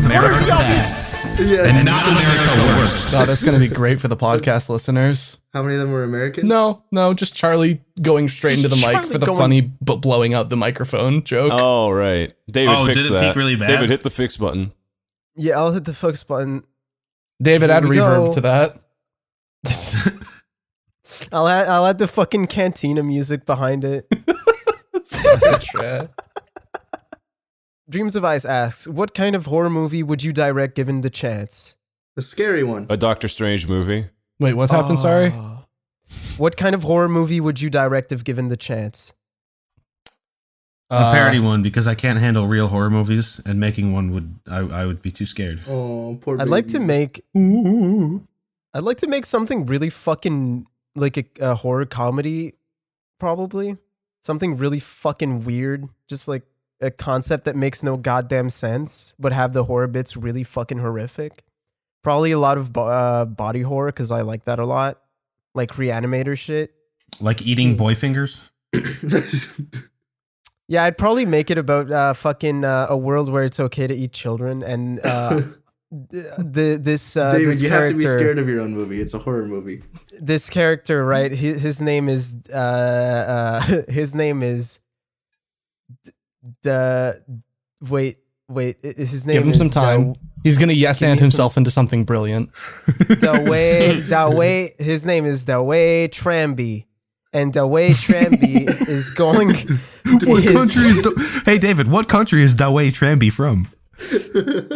[SPEAKER 3] America
[SPEAKER 1] the
[SPEAKER 3] bad, and not America worse.
[SPEAKER 5] Oh, that's gonna be great for the podcast listeners.
[SPEAKER 6] How many of them were American?
[SPEAKER 5] No, no, just Charlie going straight into the mic
[SPEAKER 1] Charlie
[SPEAKER 5] for the
[SPEAKER 1] going-
[SPEAKER 5] funny but blowing out the microphone joke.
[SPEAKER 4] oh right, David
[SPEAKER 3] Oh, did
[SPEAKER 4] fixed
[SPEAKER 3] it
[SPEAKER 4] that.
[SPEAKER 3] peak really bad?
[SPEAKER 4] David hit the fix button.
[SPEAKER 1] Yeah, I'll hit the fix button.
[SPEAKER 5] David, add
[SPEAKER 1] here we
[SPEAKER 5] reverb
[SPEAKER 1] go.
[SPEAKER 5] to that.
[SPEAKER 1] I'll add, I'll add the fucking cantina music behind it.
[SPEAKER 5] Shit.
[SPEAKER 1] Dreams of Ice asks, "What kind of horror movie would you direct given the chance?"
[SPEAKER 6] The scary one.
[SPEAKER 4] A Doctor Strange movie.
[SPEAKER 5] Wait, what happened? Sorry.
[SPEAKER 1] Oh. What kind of horror movie would you direct if given the chance?
[SPEAKER 3] A
[SPEAKER 5] Uh,
[SPEAKER 3] parody one because I can't handle real horror movies, and making one would I, I would be too scared.
[SPEAKER 6] Oh, poor
[SPEAKER 1] I'd like to
[SPEAKER 6] baby.
[SPEAKER 1] make. I'd like to make something really fucking like a, a horror comedy, probably something really fucking weird, just like a concept that makes no goddamn sense, but have the horror bits really fucking horrific. Probably a lot of bo- uh, body horror because I like that a lot, like reanimator shit.
[SPEAKER 3] Like eating boy fingers.
[SPEAKER 1] Yeah, I'd probably make it about uh, fucking uh, a world where it's okay to eat children and uh, th- the this uh,
[SPEAKER 6] David,
[SPEAKER 1] this
[SPEAKER 6] you
[SPEAKER 1] character,
[SPEAKER 6] have to be scared of your own movie. It's a horror movie.
[SPEAKER 1] this character, right? His, his name is uh, uh, his name is the wait wait i- his name
[SPEAKER 5] Give him
[SPEAKER 1] is
[SPEAKER 5] some time. He's gonna yes
[SPEAKER 1] Give me
[SPEAKER 5] and
[SPEAKER 1] some-
[SPEAKER 5] himself into something brilliant.
[SPEAKER 1] Daway Daway his name is Daway Tramby. And Daway Tramby is going
[SPEAKER 3] What
[SPEAKER 1] is-
[SPEAKER 3] country is? hey, David. What country is Dawei Tramby from?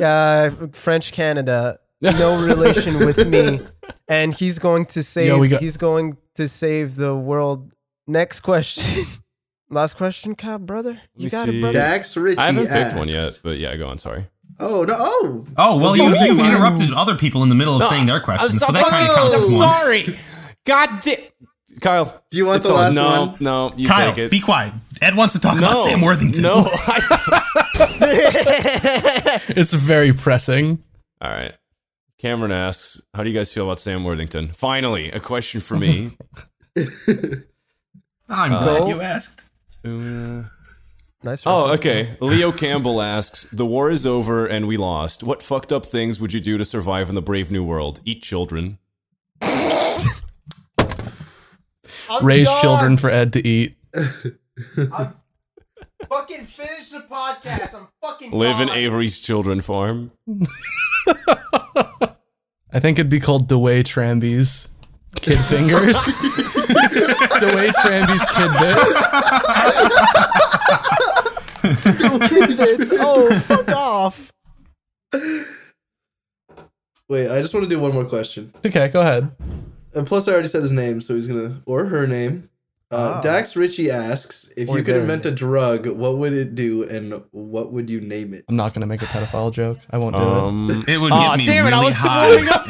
[SPEAKER 1] uh, French Canada, no relation with me, and he's going to save.
[SPEAKER 5] we got-
[SPEAKER 1] he's going to save the world. Next question. Last question, Cobb, brother. You
[SPEAKER 4] me
[SPEAKER 1] got it,
[SPEAKER 4] see.
[SPEAKER 1] brother.
[SPEAKER 6] Dax Ritchie.
[SPEAKER 4] I haven't
[SPEAKER 6] asks,
[SPEAKER 4] picked one yet, but yeah, go on. Sorry.
[SPEAKER 6] Oh no! Oh,
[SPEAKER 3] Oh well, you,
[SPEAKER 6] Okay,
[SPEAKER 3] you
[SPEAKER 6] fine.
[SPEAKER 3] interrupted other people in the middle of saying their questions, so, that kind of counts
[SPEAKER 4] I'm
[SPEAKER 3] as one.
[SPEAKER 4] sorry. God damn. Kyle.
[SPEAKER 6] Do you want
[SPEAKER 4] it's
[SPEAKER 6] the
[SPEAKER 4] all-
[SPEAKER 6] last
[SPEAKER 4] no,
[SPEAKER 6] one?
[SPEAKER 4] No, you take
[SPEAKER 3] Kyle,
[SPEAKER 4] it.
[SPEAKER 3] be quiet. Ed wants to talk about Sam Worthington.
[SPEAKER 4] No. I-
[SPEAKER 5] It's very pressing.
[SPEAKER 4] All right. Cameron asks, "How do you guys feel about Sam Worthington?" Finally, a question for me.
[SPEAKER 3] I'm glad you asked.
[SPEAKER 4] Uh,
[SPEAKER 1] Nice.
[SPEAKER 4] oh,
[SPEAKER 1] reference.
[SPEAKER 4] okay. Leo Campbell asks, "The war is over and we lost. What fucked up things would you do to survive in the brave new world? Eat children."
[SPEAKER 5] Raise children for Ed to eat.
[SPEAKER 2] Fucking finish the podcast. I'm fucking
[SPEAKER 4] Live in Avery's children farm.
[SPEAKER 5] I think it'd be called Dewey Tramby's Kid Fingers. Dewey Tramby's Kid Bits.
[SPEAKER 2] It's, oh, fuck off.
[SPEAKER 6] Wait, I just want to do one more question.
[SPEAKER 5] Okay, go ahead.
[SPEAKER 6] And plus, I already said his name, so he's gonna or her name. Uh, Dax Ritchie asks if
[SPEAKER 1] Or
[SPEAKER 6] you could
[SPEAKER 1] their
[SPEAKER 6] invent a drug, what would it do, and what would you name it?
[SPEAKER 5] I'm not gonna make a pedophile joke. I won't do
[SPEAKER 4] Um,
[SPEAKER 3] It would
[SPEAKER 4] Aw,
[SPEAKER 3] get me
[SPEAKER 4] damn it, I
[SPEAKER 3] really
[SPEAKER 4] was
[SPEAKER 3] high.
[SPEAKER 4] warming up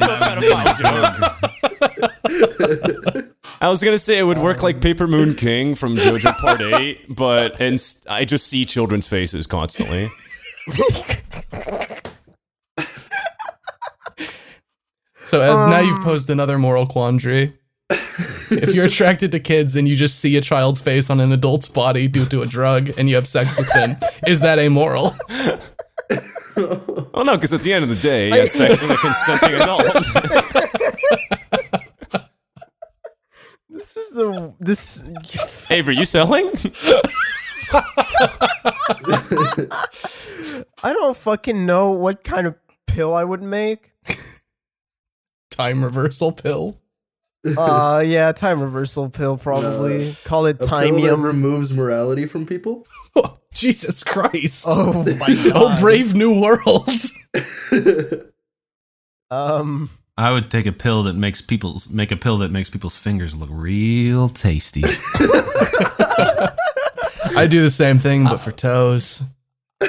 [SPEAKER 4] to
[SPEAKER 3] and I would make a joke.
[SPEAKER 4] I was gonna say it would work like Paper Moon King from JoJo Part Eight, but and I just see children's faces constantly.
[SPEAKER 5] it. So Ed, now you've posed another moral quandary. if you're attracted to kids and you just see a child's face on an adult's body due to a drug and you have sex with them, is that amoral?
[SPEAKER 4] Oh no, because at the end of the day, you had sex with a consenting adult.
[SPEAKER 1] This is the this.
[SPEAKER 4] Avery, you selling?
[SPEAKER 1] I don't fucking know what kind of pill I would make.
[SPEAKER 5] Time reversal pill.
[SPEAKER 1] Uh, yeah, time reversal pill probably. Call it
[SPEAKER 6] A pill that
[SPEAKER 1] timium.
[SPEAKER 6] removes morality from people.
[SPEAKER 5] Oh, Jesus Christ.
[SPEAKER 1] Oh my god.
[SPEAKER 5] oh brave new world.
[SPEAKER 1] Um.
[SPEAKER 3] I would take a pill that makes people's make a pill that makes people's fingers look real tasty.
[SPEAKER 5] I do the same thing, but for toes.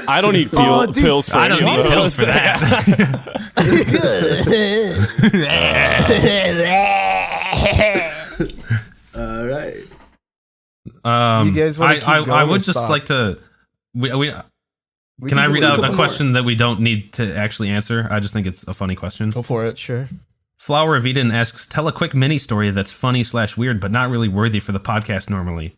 [SPEAKER 4] I don't need peel,
[SPEAKER 2] Oh, dude,
[SPEAKER 4] pills for
[SPEAKER 3] I don't
[SPEAKER 4] any of
[SPEAKER 3] need
[SPEAKER 4] those.
[SPEAKER 3] pills for that.
[SPEAKER 6] All right.
[SPEAKER 3] Um,
[SPEAKER 1] You guys wanna
[SPEAKER 3] I,
[SPEAKER 1] keep
[SPEAKER 3] I, I
[SPEAKER 1] going or
[SPEAKER 3] would just
[SPEAKER 1] stop?
[SPEAKER 3] like to. We, we,
[SPEAKER 1] we
[SPEAKER 3] can I
[SPEAKER 1] do
[SPEAKER 3] read
[SPEAKER 1] it.
[SPEAKER 3] out
[SPEAKER 6] couple
[SPEAKER 3] a
[SPEAKER 6] more.
[SPEAKER 3] question that we don't need to actually answer? I just think it's a funny question.
[SPEAKER 5] Go for it.
[SPEAKER 1] Sure.
[SPEAKER 3] Flower of Eden asks, tell a quick mini story that's funny slash weird, but not really worthy for the podcast normally.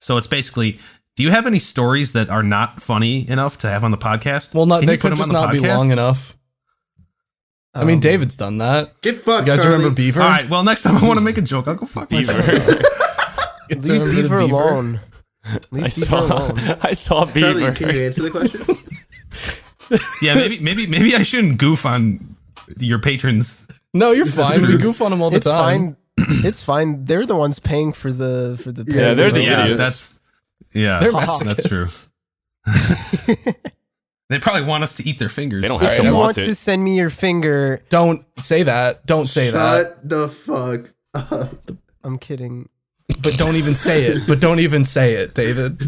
[SPEAKER 3] So it's basically, do you have any stories that are not funny enough to have on the podcast?
[SPEAKER 5] Well, not
[SPEAKER 3] Can
[SPEAKER 5] they
[SPEAKER 3] you put
[SPEAKER 5] could
[SPEAKER 3] them
[SPEAKER 5] just
[SPEAKER 3] on the
[SPEAKER 5] not be
[SPEAKER 3] podcast?
[SPEAKER 5] long enough. I mean,
[SPEAKER 1] Um,
[SPEAKER 5] David's done that.
[SPEAKER 6] Get
[SPEAKER 5] You
[SPEAKER 6] fucked,
[SPEAKER 5] guys
[SPEAKER 6] Charlie.
[SPEAKER 5] remember Beaver?
[SPEAKER 3] All right. Well, next time I want to make a joke, I'll go fuck
[SPEAKER 5] You
[SPEAKER 3] myself.
[SPEAKER 1] Leave
[SPEAKER 5] guys remember the
[SPEAKER 1] Beaver alone.
[SPEAKER 4] I
[SPEAKER 1] Leave Beaver
[SPEAKER 4] saw,
[SPEAKER 1] alone.
[SPEAKER 4] I saw
[SPEAKER 6] Charlie,
[SPEAKER 4] Beaver.
[SPEAKER 6] can you answer the question?
[SPEAKER 3] yeah, maybe, maybe, maybe I shouldn't goof on your patrons.
[SPEAKER 5] No, you're fine. We goof on him all the
[SPEAKER 1] It's fine.
[SPEAKER 5] time.
[SPEAKER 1] It's fine. They're the ones paying for the for the.
[SPEAKER 6] Yeah,
[SPEAKER 1] pay.
[SPEAKER 4] they're the
[SPEAKER 3] yeah,
[SPEAKER 4] idiots.
[SPEAKER 3] that's yeah,
[SPEAKER 5] They're
[SPEAKER 1] Oh,
[SPEAKER 5] masochists.
[SPEAKER 3] that's true. They probably want us to eat their fingers.
[SPEAKER 4] They don't have
[SPEAKER 5] Alright,
[SPEAKER 4] to
[SPEAKER 1] If you
[SPEAKER 4] want,
[SPEAKER 1] want
[SPEAKER 4] it.
[SPEAKER 1] to send me your finger,
[SPEAKER 5] Don't say that. Don't say that.
[SPEAKER 6] Shut the fuck up.
[SPEAKER 1] I'm kidding.
[SPEAKER 5] But don't even say it. But don't even say it, David.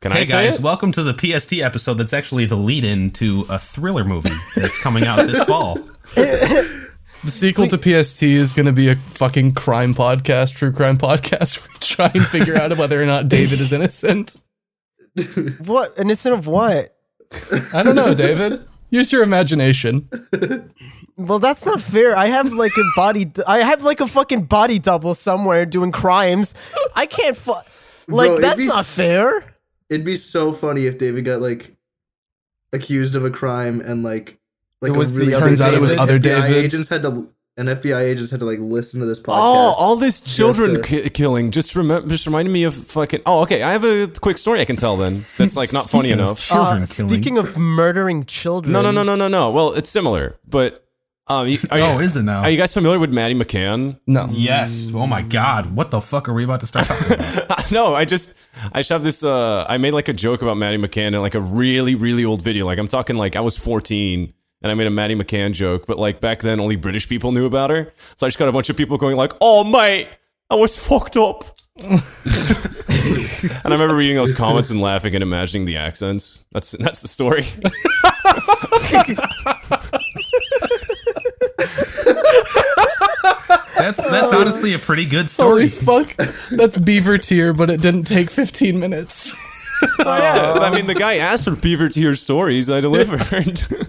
[SPEAKER 4] Can I
[SPEAKER 3] Hey
[SPEAKER 4] say
[SPEAKER 3] guys,
[SPEAKER 4] it?
[SPEAKER 3] welcome to the PST episode that's actually the lead in to a thriller movie that's coming out this fall.
[SPEAKER 5] The sequel to PST is going to be a fucking crime podcast, true crime podcast. We try and figure out whether or not David is innocent.
[SPEAKER 1] What innocent of what?
[SPEAKER 5] I don't know, David. Use your imagination.
[SPEAKER 1] Well, that's not fair. I have like a body. I have like a fucking body double somewhere doing crimes. I can't. Fu- like
[SPEAKER 6] Bro, it'd
[SPEAKER 1] that's
[SPEAKER 6] be
[SPEAKER 1] not
[SPEAKER 6] s-
[SPEAKER 1] fair.
[SPEAKER 6] It'd be so funny if David got like accused of a crime and like like
[SPEAKER 1] It was
[SPEAKER 6] a
[SPEAKER 1] the
[SPEAKER 6] really
[SPEAKER 1] other
[SPEAKER 5] Turns out it was
[SPEAKER 6] FBI
[SPEAKER 5] other
[SPEAKER 6] FBI
[SPEAKER 5] David.
[SPEAKER 6] agents had to and FBI agents had to like listen to this podcast.
[SPEAKER 4] Oh, all this children
[SPEAKER 6] Just
[SPEAKER 4] ki- killing just remem- just reminded me of fucking. Oh, okay. I have a quick story I can tell then. That's like not funny
[SPEAKER 3] Speaking of
[SPEAKER 4] enough.
[SPEAKER 3] Children
[SPEAKER 1] Uh,
[SPEAKER 3] killing.
[SPEAKER 1] speaking of murdering children.
[SPEAKER 4] No, no, no, no, no, no. Well, it's similar, but um, you- are,
[SPEAKER 3] oh,
[SPEAKER 4] you,
[SPEAKER 3] is it now?
[SPEAKER 4] are you guys familiar with Maddie McCann?
[SPEAKER 5] No.
[SPEAKER 3] yes. Oh my God. What the fuck are we about to start talking about?
[SPEAKER 4] no, I just I just have this. Uh, I made like a joke about Maddie McCann in like a really really old video. Like I'm talking like I was 14 and I made a Maddie McCann joke, but like back then only British people knew about her. So I just got a bunch of people going like, "Oh mate, I was fucked up." and I remember reading those comments and laughing and imagining the accents. That's that's the story.
[SPEAKER 3] That's that's honestly a pretty good
[SPEAKER 5] Holy
[SPEAKER 3] story.
[SPEAKER 5] fuck. That's beaver tier, but it didn't take 15 minutes.
[SPEAKER 4] yeah, I mean the guy asked for beaver tier stories. I delivered.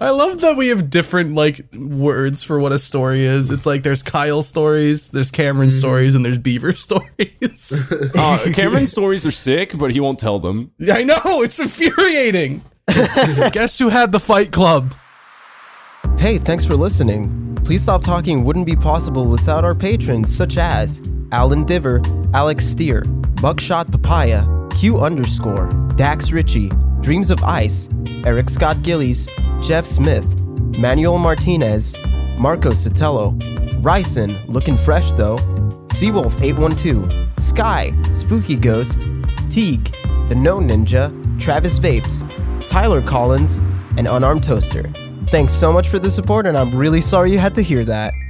[SPEAKER 5] I love that we have different like words for what a story is. It's like there's Kyle stories, there's Cameron stories, and there's Beaver stories.
[SPEAKER 4] uh, Cameron's stories are sick, but he won't tell them.
[SPEAKER 5] I know, it's infuriating. Guess who had the fight club?
[SPEAKER 1] Hey, thanks for listening. Please Stop Talking wouldn't be possible without our patrons such as Alan Diver, Alex Steer, Buckshot Papaya, Q underscore, Dax Ritchie, Dreams of Ice, Eric Scott Gillies, Jeff Smith, Manuel Martinez, Marco Sotelo, Ryson, looking fresh though, Seawolf812, Sky, Spooky Ghost, Teague, The No Ninja, Travis Vapes, Tyler Collins, and Unarmed Toaster. Thanks so much for the support, and I'm really sorry you had to hear that.